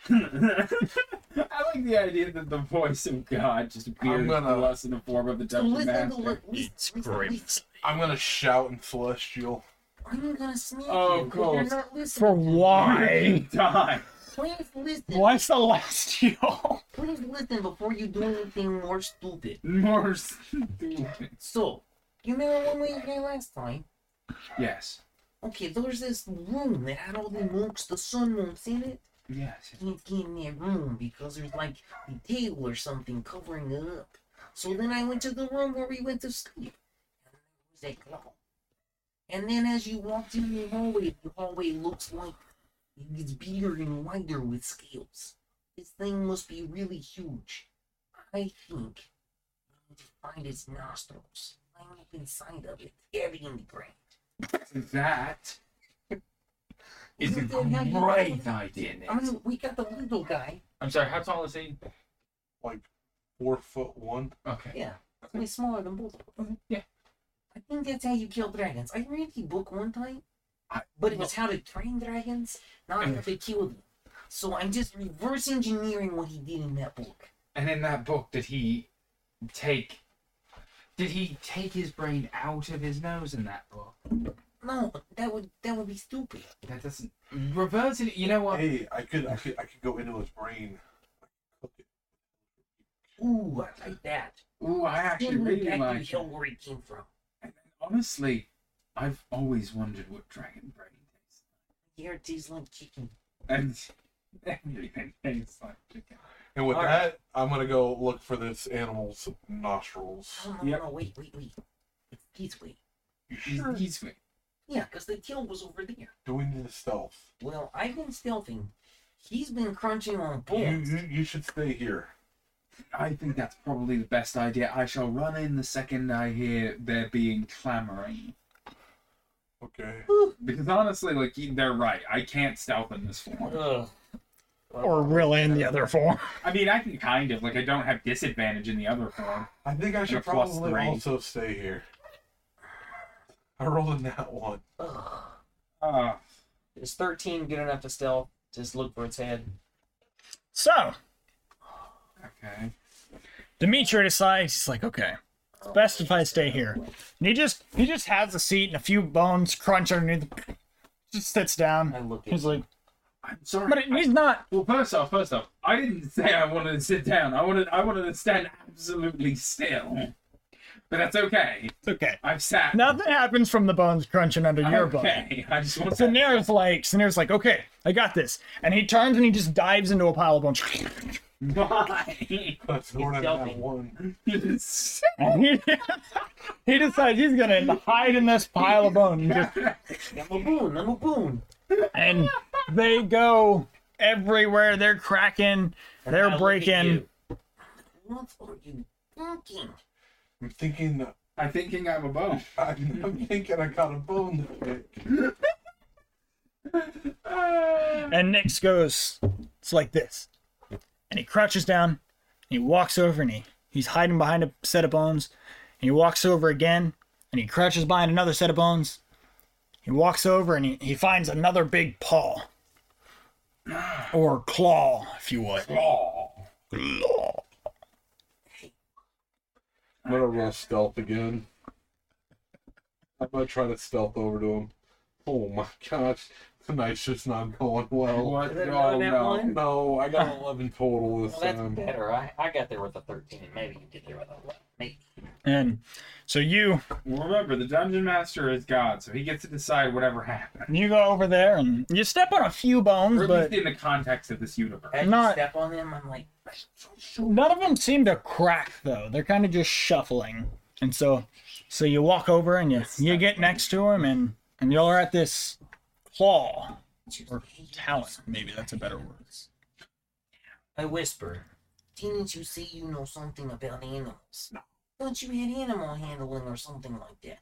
Speaker 4: I like the idea that the voice of God just appears
Speaker 3: gonna-
Speaker 4: to us in the form of the
Speaker 6: So
Speaker 4: Dungeon
Speaker 6: listen to
Speaker 4: Master.
Speaker 6: what listen, listen, listen.
Speaker 3: I'm gonna shout in celestial.
Speaker 6: I'm gonna smack
Speaker 4: Oh,
Speaker 6: you, but you're
Speaker 4: God.
Speaker 6: not listening.
Speaker 1: For why?
Speaker 4: Die.
Speaker 6: Please listen.
Speaker 1: Why Celestial?
Speaker 2: (laughs)
Speaker 6: Please listen before you do anything more stupid.
Speaker 4: (laughs) More stupid.
Speaker 6: So, you remember when we went last time?
Speaker 4: (laughs) Yes.
Speaker 6: Okay, there's this room that had all the monks, the sun monks in it.
Speaker 4: Yes.
Speaker 6: Can't get in that room because there's like a table or something covering it up. So then I went to the room where we went to sleep. And there was that glow. And then as you walked in the hallway, the hallway looks like it gets bigger and wider with scales. This thing must be really huge. I think we need to find its nostrils. Climb up inside of it, heavy in the ground.
Speaker 4: That is a
Speaker 6: Look at how you-
Speaker 4: great idea, Nick.
Speaker 6: I mean, we got the little guy.
Speaker 4: I'm sorry, how tall is he?
Speaker 3: Like four foot one.
Speaker 4: Okay.
Speaker 6: Yeah, it's way smaller than both. of them.
Speaker 4: Mm-hmm. Yeah.
Speaker 6: I think that's how you kill dragons. I read the book one time,
Speaker 4: I-
Speaker 6: but it was how to train dragons, not how to kill them. So I'm just reverse engineering what he did in that book.
Speaker 4: And in that book, did he take. Did he take his brain out of his nose in that book?
Speaker 6: No, that would that would be stupid.
Speaker 4: That doesn't. Reversing it, you know what?
Speaker 3: Hey, I could, I could, I could go into his brain.
Speaker 6: Ooh, I like that.
Speaker 4: Ooh, I actually
Speaker 6: Then we're
Speaker 4: really
Speaker 6: back to
Speaker 4: like
Speaker 6: hell
Speaker 4: it.
Speaker 6: where he came from.
Speaker 4: Honestly, I've always wondered what dragon brain tastes
Speaker 6: Here it tastes like chicken.
Speaker 4: like. And (laughs) everything tastes like chicken.
Speaker 3: And with
Speaker 2: All right.
Speaker 3: that, I'm gonna go look for this animal's nostrils.
Speaker 6: Oh, no,
Speaker 4: Yep.
Speaker 6: no, wait, wait, wait. It's this way.
Speaker 4: He's, he's sweet.
Speaker 6: Yeah, because the tail was over there.
Speaker 3: Do we need the stealth?
Speaker 6: Well, I've been stealthing. He's been crunching on
Speaker 3: You,
Speaker 6: boards.
Speaker 4: Mm-hmm.
Speaker 3: you you should stay here.
Speaker 4: I think that's probably the best idea. I shall run in the second I hear there being clamoring.
Speaker 3: Okay.
Speaker 4: Because honestly, like you- they're right. I can't stealth in this form.
Speaker 2: Ugh.
Speaker 1: Or reel in the other form.
Speaker 4: I mean, I can kind of like I don't have disadvantage in the other form.
Speaker 3: I think I
Speaker 4: a
Speaker 3: should
Speaker 4: plus
Speaker 3: probably
Speaker 4: three.
Speaker 3: also stay here. I rolled in that one. (laughs)
Speaker 2: Ugh.
Speaker 4: Uh,
Speaker 2: Is 13 good enough to stealth? Just look for its head.
Speaker 1: So,
Speaker 4: okay.
Speaker 1: Dimitri decides he's like, okay, it's best if I stay here. And he just he just has a seat and a few bones crunch underneath. The, just sits
Speaker 2: I
Speaker 1: down.
Speaker 2: look at
Speaker 1: He's
Speaker 2: it.
Speaker 1: like,
Speaker 4: I'm sorry.
Speaker 1: but he's not.
Speaker 4: Well, first off, first off, I didn't say I wanted to sit down. I wanted I wanted to stand absolutely still. But that's okay.
Speaker 1: It's okay.
Speaker 4: I've sat.
Speaker 1: Nothing happens from the bones crunching under your bone.
Speaker 4: okay. I just want to. (laughs)
Speaker 1: Scenario's like, Scenario's like, okay, I got this. And he turns and he just dives into a pile of bones.
Speaker 4: Why?
Speaker 3: That's more than that
Speaker 2: stealthy.
Speaker 3: one.
Speaker 1: And he, (laughs) he decides he's gonna hide in this pile of bones. and just
Speaker 2: I'm a boon. I'm a boon.
Speaker 1: and they go everywhere. They're cracking,
Speaker 2: I
Speaker 1: they're
Speaker 2: look at
Speaker 1: breaking.
Speaker 2: you.
Speaker 6: What are you thinking?
Speaker 3: I'm thinking. that-
Speaker 4: I'm thinking I'm a bone.
Speaker 3: I'm, I'm thinking I got a bone to pick.
Speaker 4: Uh,
Speaker 1: And Nix goes, it's like this, and he crouches down, and he walks over, and he he's hiding behind a set of bones, and he walks over again, and he crouches behind another set of bones. He walks over and he, he finds another big paw. Or claw, if you would. Claw.
Speaker 3: I'm gonna roll stealth again. I'm gonna try to stealth over to him. Oh my gosh, tonight's just not going well.
Speaker 4: What?
Speaker 2: that
Speaker 4: Oh
Speaker 2: another net
Speaker 4: no.
Speaker 2: one?
Speaker 3: No, I got 11 total this
Speaker 2: Well, that's
Speaker 3: time.
Speaker 2: better. I, I got there with a 13. Maybe you did there with a 11. Maybe.
Speaker 1: And so you
Speaker 4: Well, remember, the dungeon master is God, so he gets to decide whatever happens.
Speaker 1: you go over there and you step on a few bones,
Speaker 4: Or at
Speaker 1: but
Speaker 4: least in the context of this universe.
Speaker 2: As you
Speaker 1: Not-
Speaker 2: step on them, I'm like,
Speaker 1: None of them seem to crack though. They're kind of just shuffling, and so so you walk over and you you get next to him and and you are at this claw or talent. Maybe that's a better word.
Speaker 2: I whisper.
Speaker 6: Didn't you say you know something about animals? No. Thought you had animal handling or something like that.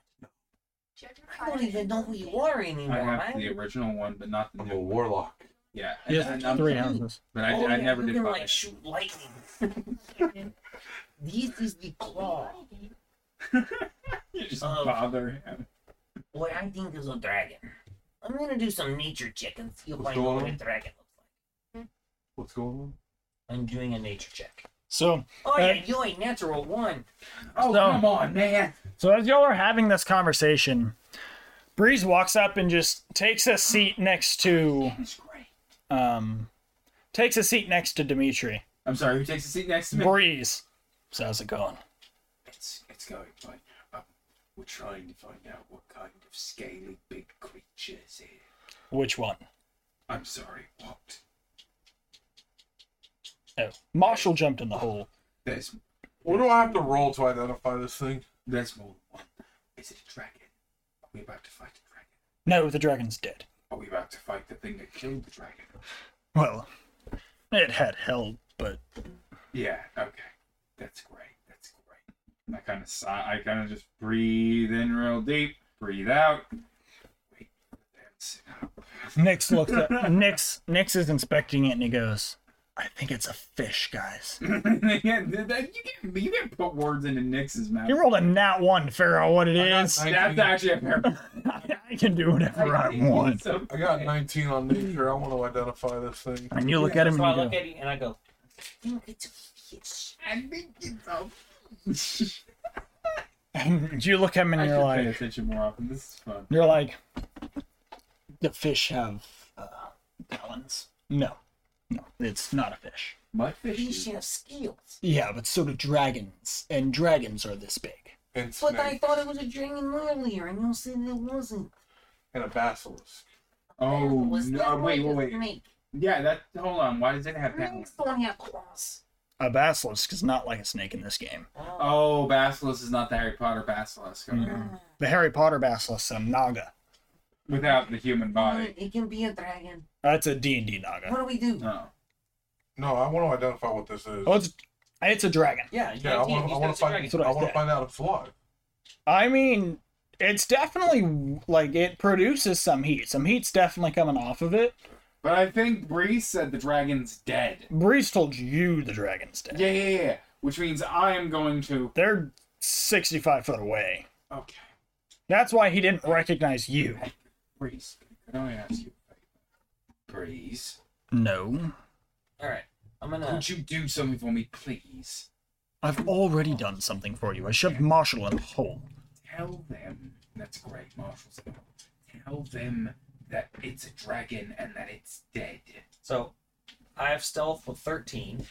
Speaker 6: I don't even know who you are
Speaker 4: I
Speaker 6: anymore. "Oh,
Speaker 4: have the
Speaker 6: right?
Speaker 4: original one, but not the
Speaker 3: I'm
Speaker 4: new
Speaker 3: a
Speaker 4: one.
Speaker 3: warlock.
Speaker 4: Yeah.
Speaker 3: Oh.
Speaker 4: and-
Speaker 1: Yeah,
Speaker 4: and I'm-
Speaker 1: three houses.
Speaker 4: But I,
Speaker 6: oh, yeah,
Speaker 4: I never
Speaker 6: you
Speaker 4: did
Speaker 6: can,
Speaker 4: buy
Speaker 6: like
Speaker 4: it.
Speaker 6: shoot lightning. (laughs) this is the claw.
Speaker 4: You (laughs) just
Speaker 6: Oh.
Speaker 4: bother him.
Speaker 6: What I think is a dragon. I'm gonna do some nature check and see if
Speaker 3: What's
Speaker 6: I know
Speaker 3: going
Speaker 6: what a
Speaker 3: on?
Speaker 6: dragon looks
Speaker 3: What's going on?
Speaker 6: like. I'm doing a nature check.
Speaker 1: So
Speaker 6: Oh
Speaker 1: Uh,
Speaker 6: yeah, you ain't natural one.
Speaker 4: Oh,
Speaker 1: So-
Speaker 4: come on, man.
Speaker 1: so as y'all are having this conversation, Breeze walks up and just takes a seat next to um takes a seat next to Dimitri.
Speaker 4: I'm sorry, who takes a seat next to me?
Speaker 1: Breeze. So how's it going?
Speaker 4: It's, it's going fine. Um, we're trying to find out what kind of scaly big creatures here.
Speaker 1: Which one?
Speaker 4: I'm sorry, what?
Speaker 1: Oh, Marshall jumped in the hole.
Speaker 4: There's
Speaker 3: What do I have to roll to identify this thing?
Speaker 4: there's more than one. Is it a dragon? Are we about to fight a dragon?
Speaker 1: No, the dragon's dead.
Speaker 4: Are we about to fight the thing that killed the dragon?
Speaker 1: Well, it had held, but
Speaker 4: Yeah, okay. That's great. That's great. I kind of sigh. I kind of just breathe in real deep, breathe out. Wait, (laughs) that's
Speaker 1: Nix looks at Nix. Nix is inspecting it and he goes, "I think it's a fish, guys."
Speaker 4: yeah, that, you can you can put words into Nix's mouth.
Speaker 1: You rolled a nat one to figure out what it
Speaker 3: got
Speaker 1: is.
Speaker 3: nine.
Speaker 4: That's actually a fair.
Speaker 1: (laughs) I can do whatever I want.
Speaker 4: So-
Speaker 3: I got 19 on nature. I want to identify this thing.
Speaker 1: And you look at him
Speaker 2: So I
Speaker 1: and
Speaker 2: look
Speaker 1: you
Speaker 2: at you and I go,
Speaker 6: think it's a fish.
Speaker 4: I think it's a.
Speaker 1: go. (laughs) you look at him
Speaker 4: I
Speaker 1: and you're
Speaker 4: should pay
Speaker 1: like,
Speaker 4: attention more often. This is fun.
Speaker 1: you're like, the fish have uh, talons. No, no, it's not a fish.
Speaker 4: My fish.
Speaker 6: Fish
Speaker 4: is-
Speaker 6: have scales.
Speaker 1: Yeah, but so do dragons, and dragons are this big.
Speaker 3: and
Speaker 6: But I
Speaker 3: snakes
Speaker 6: thought it was a dragon earlier, and you said it wasn't.
Speaker 3: and a basilisk.
Speaker 4: Oh
Speaker 6: was
Speaker 4: no! Wait, wait,
Speaker 6: like
Speaker 4: wait.
Speaker 6: a snake.
Speaker 4: Yeah, that. Hold on. Why does it have that?
Speaker 6: Snakes don't have claws.
Speaker 1: A basilisk is not like a snake in this game.
Speaker 6: Oh.
Speaker 4: Oh, basilisk is not the Harry Potter basilisk okay.
Speaker 1: The Harry Potter basilisk, a naga.
Speaker 4: without the human body.
Speaker 6: It can be a dragon.
Speaker 1: That's a D and D naga.
Speaker 6: What do we do?
Speaker 4: No.
Speaker 3: No, I want to identify what this
Speaker 1: Well,
Speaker 3: is.
Speaker 1: Oh, it's it's a dragon.
Speaker 2: Yeah, you
Speaker 3: yeah,
Speaker 2: gotta
Speaker 3: I
Speaker 2: teach-
Speaker 3: want,
Speaker 2: you
Speaker 3: I
Speaker 2: gotta
Speaker 3: want to
Speaker 2: teach
Speaker 3: find.
Speaker 2: dragons.
Speaker 1: That's what
Speaker 3: I
Speaker 1: I
Speaker 3: want to
Speaker 1: said.
Speaker 3: find out if it's alive.
Speaker 1: I mean, it's definitely like it produces some heat. Some heat's definitely coming off of it.
Speaker 4: But I think Bree said the dragon's dead.
Speaker 1: Breeze told you the dragon's dead.
Speaker 4: Yeah, yeah, yeah. Which means I am going to.
Speaker 1: They're sixty-five foot away.
Speaker 4: Okay.
Speaker 1: That's why he didn't recognize you.
Speaker 4: Breeze, can I ask you? Breeze,
Speaker 1: No,
Speaker 2: All right, I'm gonna.
Speaker 4: could you do something for me, please?
Speaker 1: I've already done something for you. I shoved Marshall in a hole.
Speaker 4: Tell them. That's great, Marshall's Tell them that it's a dragon and that it's dead.
Speaker 2: So I have stealth with 13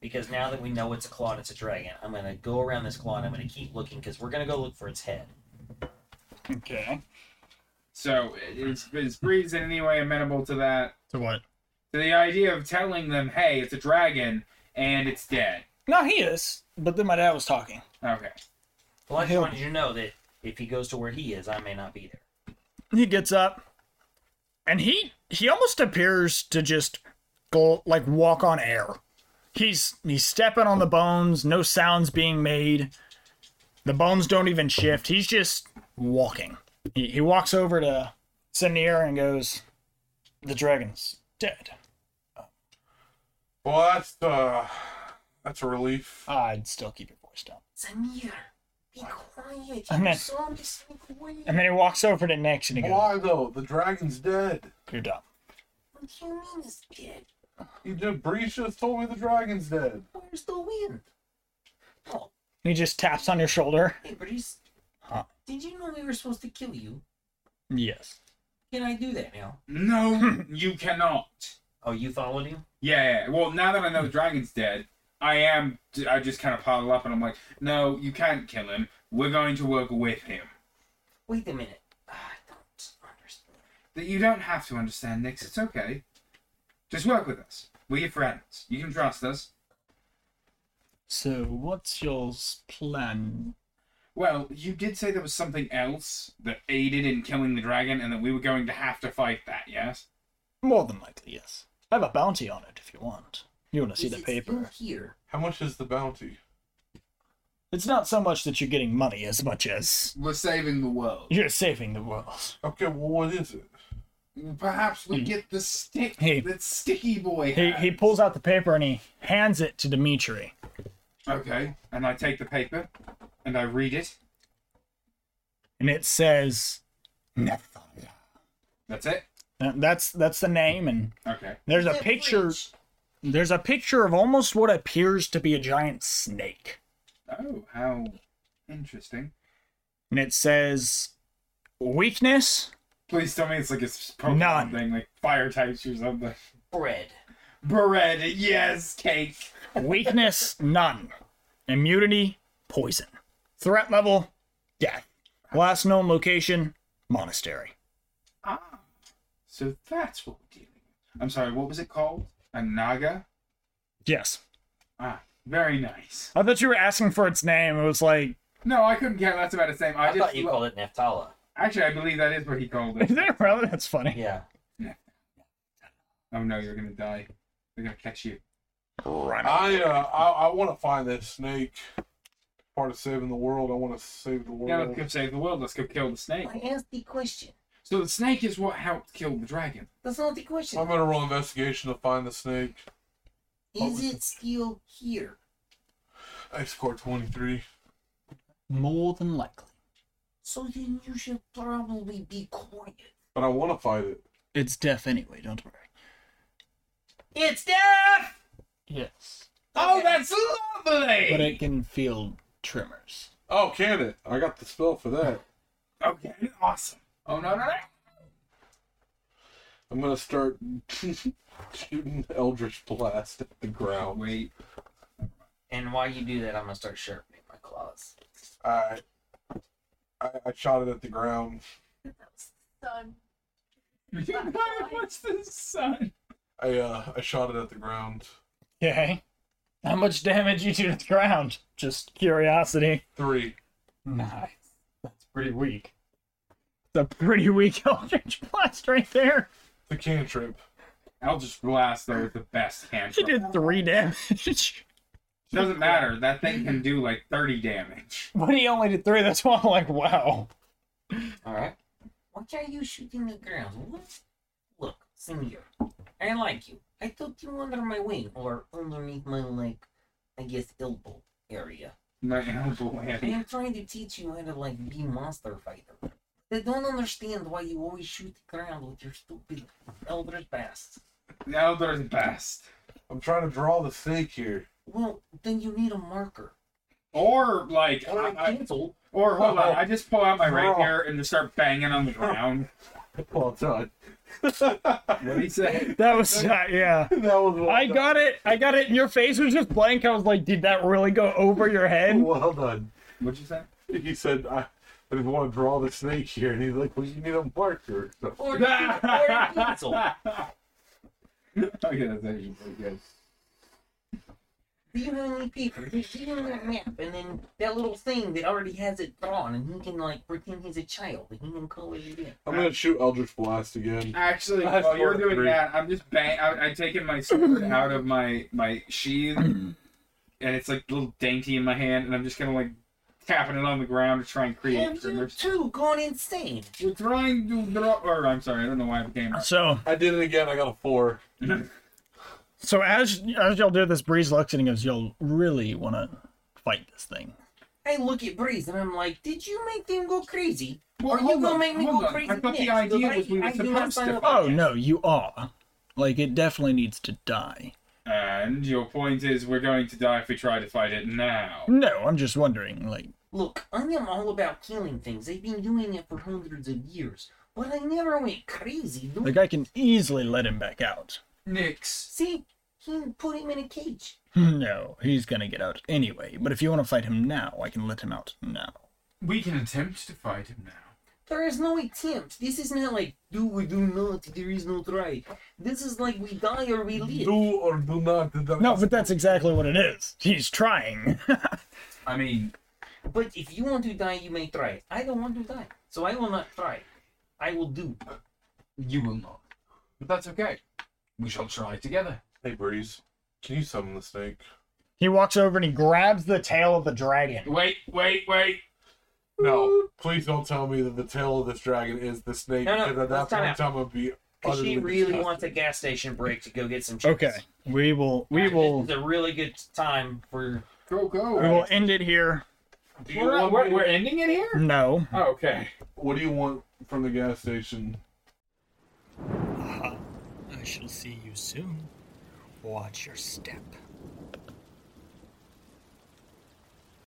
Speaker 2: because now that we know it's a claw and it's a dragon, I'm going to go around this claw and I'm going to keep looking because we're going to go look for its head.
Speaker 1: Okay.
Speaker 4: So is is Breeze in any way amenable to that?
Speaker 1: To what?
Speaker 4: To the idea of telling them, hey, it's a dragon and it's dead.
Speaker 1: No, he is. But then my dad was talking.
Speaker 4: Okay.
Speaker 2: Well, I just
Speaker 1: Hell.
Speaker 2: wanted you to know that if he goes to where he is, I may not be there.
Speaker 1: he gets up and he he almost appears to just go like walk on air he's he's stepping on the bones no sounds being made the bones don't even shift he's just walking he, he walks over to Sinir and goes the dragon's dead
Speaker 3: Well, that's uh, that's a relief.
Speaker 1: i'd still keep your voice down
Speaker 6: Samir, be quiet.
Speaker 1: I'm
Speaker 6: You
Speaker 1: not-
Speaker 6: saw me sneak away.
Speaker 1: and then he walks over to Nyx and he goes
Speaker 3: Why though? The dragon's dead.
Speaker 1: you're dumb
Speaker 6: What do you mean it's dead?
Speaker 3: You just Breeze just told me the dragon's dead.
Speaker 6: Where's the wind? Oh,
Speaker 1: he just taps on your shoulder
Speaker 6: hey, Breeze.
Speaker 1: Huh.
Speaker 6: Did you know we were supposed to kill you?
Speaker 1: yes
Speaker 2: Can I do that now?
Speaker 4: No, you cannot.
Speaker 2: Oh, you followed him?
Speaker 4: Yeah, yeah. Well, now that I know the dragon's dead, I am. I just kind of pile up and I'm like, no, you can't kill him. We're going to work with him.
Speaker 2: Wait a minute.
Speaker 6: I don't understand.
Speaker 4: That you don't have to understand, Nix. It's okay. Just work with us. We're your friends. You can trust us.
Speaker 1: so what's your plan
Speaker 4: Well, you did say there was something else that aided in killing the dragon, and that we were going to have to fight that. Yes.
Speaker 1: More than likely, yes. I have a bounty on it if you want. You want to see
Speaker 6: Is
Speaker 1: the
Speaker 6: it still
Speaker 1: paper.
Speaker 6: Here.
Speaker 3: How much is the bounty?
Speaker 1: It's not so much that you're getting money as much as
Speaker 4: We're saving the world.
Speaker 1: you're saving the world.
Speaker 3: Okay, well, what is it?
Speaker 4: Perhaps we get the stick
Speaker 1: Hey.
Speaker 4: that Sticky Boy
Speaker 1: He,
Speaker 4: had.
Speaker 1: he pulls out the paper and he hands it to Dimitri.
Speaker 4: Okay, and I take the paper, and I read it.
Speaker 1: And it says Nethala.
Speaker 4: That's it.
Speaker 1: That- That's that's the name and
Speaker 4: Okay.
Speaker 1: there's a
Speaker 6: Is it
Speaker 1: picture
Speaker 6: breach?
Speaker 1: there's a picture of almost what appears to be a giant snake.
Speaker 4: Oh, how interesting.
Speaker 1: And it says weakness
Speaker 4: Please tell me it's like it's Pokemon
Speaker 1: None.
Speaker 4: thing, like fire types or something.
Speaker 2: Bread.
Speaker 4: Bread, yes, cake.
Speaker 1: Weakness, none. Immunity, poison. Threat level, death. Last known location, monastery.
Speaker 4: Ah, so that's what we're dealing with. I'm sorry, what was it called? A naga?
Speaker 1: Yes.
Speaker 4: Ah, very nice.
Speaker 1: I thought you were asking for its name. It was like, (laughs)
Speaker 4: No, I couldn't care less about its name. I,
Speaker 2: I,
Speaker 4: just
Speaker 2: thought you called it Neftala.
Speaker 4: actually, I believe that is what he called
Speaker 1: is
Speaker 4: it.
Speaker 1: that relevant? That's funny.
Speaker 2: Yeah.
Speaker 4: oh no, you're gonna die. They're gonna catch you.
Speaker 3: I uh, I, I want to find that snake. Part of saving the world. I want to save the world.
Speaker 4: Yeah, let's go save the world. Let's go kill the snake.
Speaker 6: I asked the question.
Speaker 4: So the snake is what helped kill the dragon.
Speaker 6: That's not the question.
Speaker 3: I'm gonna roll investigation to find the snake.
Speaker 6: Is it still here?
Speaker 3: I scored 23.
Speaker 1: More than likely.
Speaker 6: So then you should probably be quiet.
Speaker 3: But I want to fight it.
Speaker 1: It's deaf anyway, don't worry.
Speaker 2: It's deaf!
Speaker 1: Yes.
Speaker 4: Oh, that's lovely.
Speaker 1: But it can feel tremors.
Speaker 3: Oh, can it? I got the spell for that.
Speaker 4: Okay, awesome. Oh no, no, no.
Speaker 3: I'm gonna start (laughs) shooting Eldritch Blast at the
Speaker 4: Oh
Speaker 3: ground.
Speaker 4: wait.
Speaker 2: And while you do that, I'm going to start sharpening my claws.
Speaker 3: Alright. I, I shot it at the ground.
Speaker 5: That was the sun.
Speaker 4: What's the sun?
Speaker 3: I uh, I shot it at the ground.
Speaker 1: Okay. How much damage you do to the ground? Just curiosity.
Speaker 3: Three.
Speaker 1: (laughs) Nice. That's pretty weak. It's a pretty weak (laughs) Eldritch Blast right there.
Speaker 3: The cantrip.
Speaker 4: Eldritch Blast though is the best
Speaker 1: She
Speaker 4: cantrip.
Speaker 1: did three damage. (laughs)
Speaker 4: Doesn't matter. That thing can do like thirty damage. (laughs)
Speaker 1: but he only did three. That's why I'm like, wow.
Speaker 9: All right.
Speaker 2: What are you shooting the ground? What? Look, Senor, I like you. I took you under my wing, or underneath my, like, I guess, elbow area.
Speaker 4: My elbow
Speaker 2: I
Speaker 4: heavy.
Speaker 2: am trying to teach you how to, like, be monster fighter. I don't understand why you always shoot the ground with your stupid Eldritch Blast.
Speaker 4: The Eldritch Blast.
Speaker 3: I'm trying to draw the snake here. (laughs)
Speaker 2: Well, then you need a marker.
Speaker 4: Or like
Speaker 2: Or a
Speaker 4: I- I-
Speaker 2: pencil.
Speaker 4: Or hold on, I just pull out my
Speaker 3: Draw.
Speaker 4: rapier and just start banging on the ground.
Speaker 3: Well done. (laughs)
Speaker 4: What do you say?
Speaker 1: That was, uh, yeah.
Speaker 3: That was well
Speaker 1: I
Speaker 3: done. (laughs)
Speaker 1: got it. I got it. And your face was just blank. I was like, did that really go over your head?
Speaker 3: Well done.
Speaker 4: (laughs) What'd you say? (laughs)
Speaker 3: He said, I, I just want to draw the snake here. And he's like, well, you need a marker. So,
Speaker 4: (laughs)
Speaker 2: Or, or a pencil.
Speaker 4: Okay, that's actually pretty good.
Speaker 2: Do you have any paper? Just give him that map, and then that little thing that already has it drawn, and he can like pretend he's a child, and he can color it in.
Speaker 3: I'm going to shoot Eldritch Blast again.
Speaker 4: Actually,
Speaker 3: That's
Speaker 4: while you're
Speaker 3: four,
Speaker 4: doing
Speaker 3: three.
Speaker 4: that, I'm just bang. I, I taken my sword out of my my sheath, and it's like a little dainty in my hand, and I'm just kind of like tapping it on the ground to try and create
Speaker 2: Have you
Speaker 4: triggers.
Speaker 2: too gone insane?
Speaker 4: We're trying to draw. Or I'm sorry, I don't know why I became.
Speaker 1: So,
Speaker 3: I did it again. I got a four.
Speaker 1: so as as y'all do this, Breeze looks at him and goes, "Y'all really want to fight this thing?"
Speaker 2: I look at Breeze, and I'm like, did you make them go crazy?
Speaker 4: Well,
Speaker 2: Are you
Speaker 4: hold
Speaker 2: gonna
Speaker 4: on,
Speaker 2: make me
Speaker 4: hold
Speaker 2: go
Speaker 4: on.
Speaker 2: crazy
Speaker 4: I thought the
Speaker 2: next?
Speaker 4: idea
Speaker 2: I-
Speaker 4: was we were
Speaker 2: I do not
Speaker 4: supposed
Speaker 2: sign
Speaker 4: to
Speaker 2: up.
Speaker 1: Oh no, you are. Like it definitely needs to die.
Speaker 4: And your point is, we're going to die if we try to fight it now.
Speaker 1: No, I'm just wondering. Like
Speaker 2: Look, I am all about killing things. I've been doing it for hundreds of years, but I never went crazy. doing-
Speaker 1: Like I can easily let him back out.
Speaker 4: Nix.
Speaker 2: See, he put him in a cage.
Speaker 1: Hmm, No, he's gonna get out anyway. But if you want to fight him now, I can let him out now.
Speaker 10: We can attempt to fight him now.
Speaker 2: There is no attempt. This is not like do we do not. There is no try. This is like we die or we live.
Speaker 3: Do or do not. do not-
Speaker 1: No, but that's exactly what it is. He's trying. (laughs)
Speaker 10: I mean,
Speaker 2: But if you want to die, you may try. I don't want to die, so I will not try. I will do.
Speaker 10: you will not. But that's okay. We shall try together.
Speaker 3: Hey, Breeze. Can you summon the snake?
Speaker 1: he walks over and he grabs the tail of the dragon.
Speaker 10: Wait, wait, wait.
Speaker 3: No. Please don't tell me that the tail of this dragon is the snake.
Speaker 9: No, no,
Speaker 3: Because at that
Speaker 9: let's time
Speaker 3: point,
Speaker 9: out.
Speaker 3: I'm going to be.
Speaker 9: Because she
Speaker 3: utterly
Speaker 9: really
Speaker 3: disgusted.
Speaker 9: wants a gas station break to go get some chips.
Speaker 1: Okay, we will. We will.
Speaker 9: This is a really good time for.
Speaker 4: Go go.
Speaker 1: We will end it here.
Speaker 3: Do you
Speaker 4: We're,
Speaker 3: want
Speaker 4: not- we're,
Speaker 3: me to-
Speaker 4: we're ending it here.
Speaker 1: No,
Speaker 4: Oh, okay.
Speaker 3: What do you want from the gas station?
Speaker 11: I shall see you soon. Watch your step.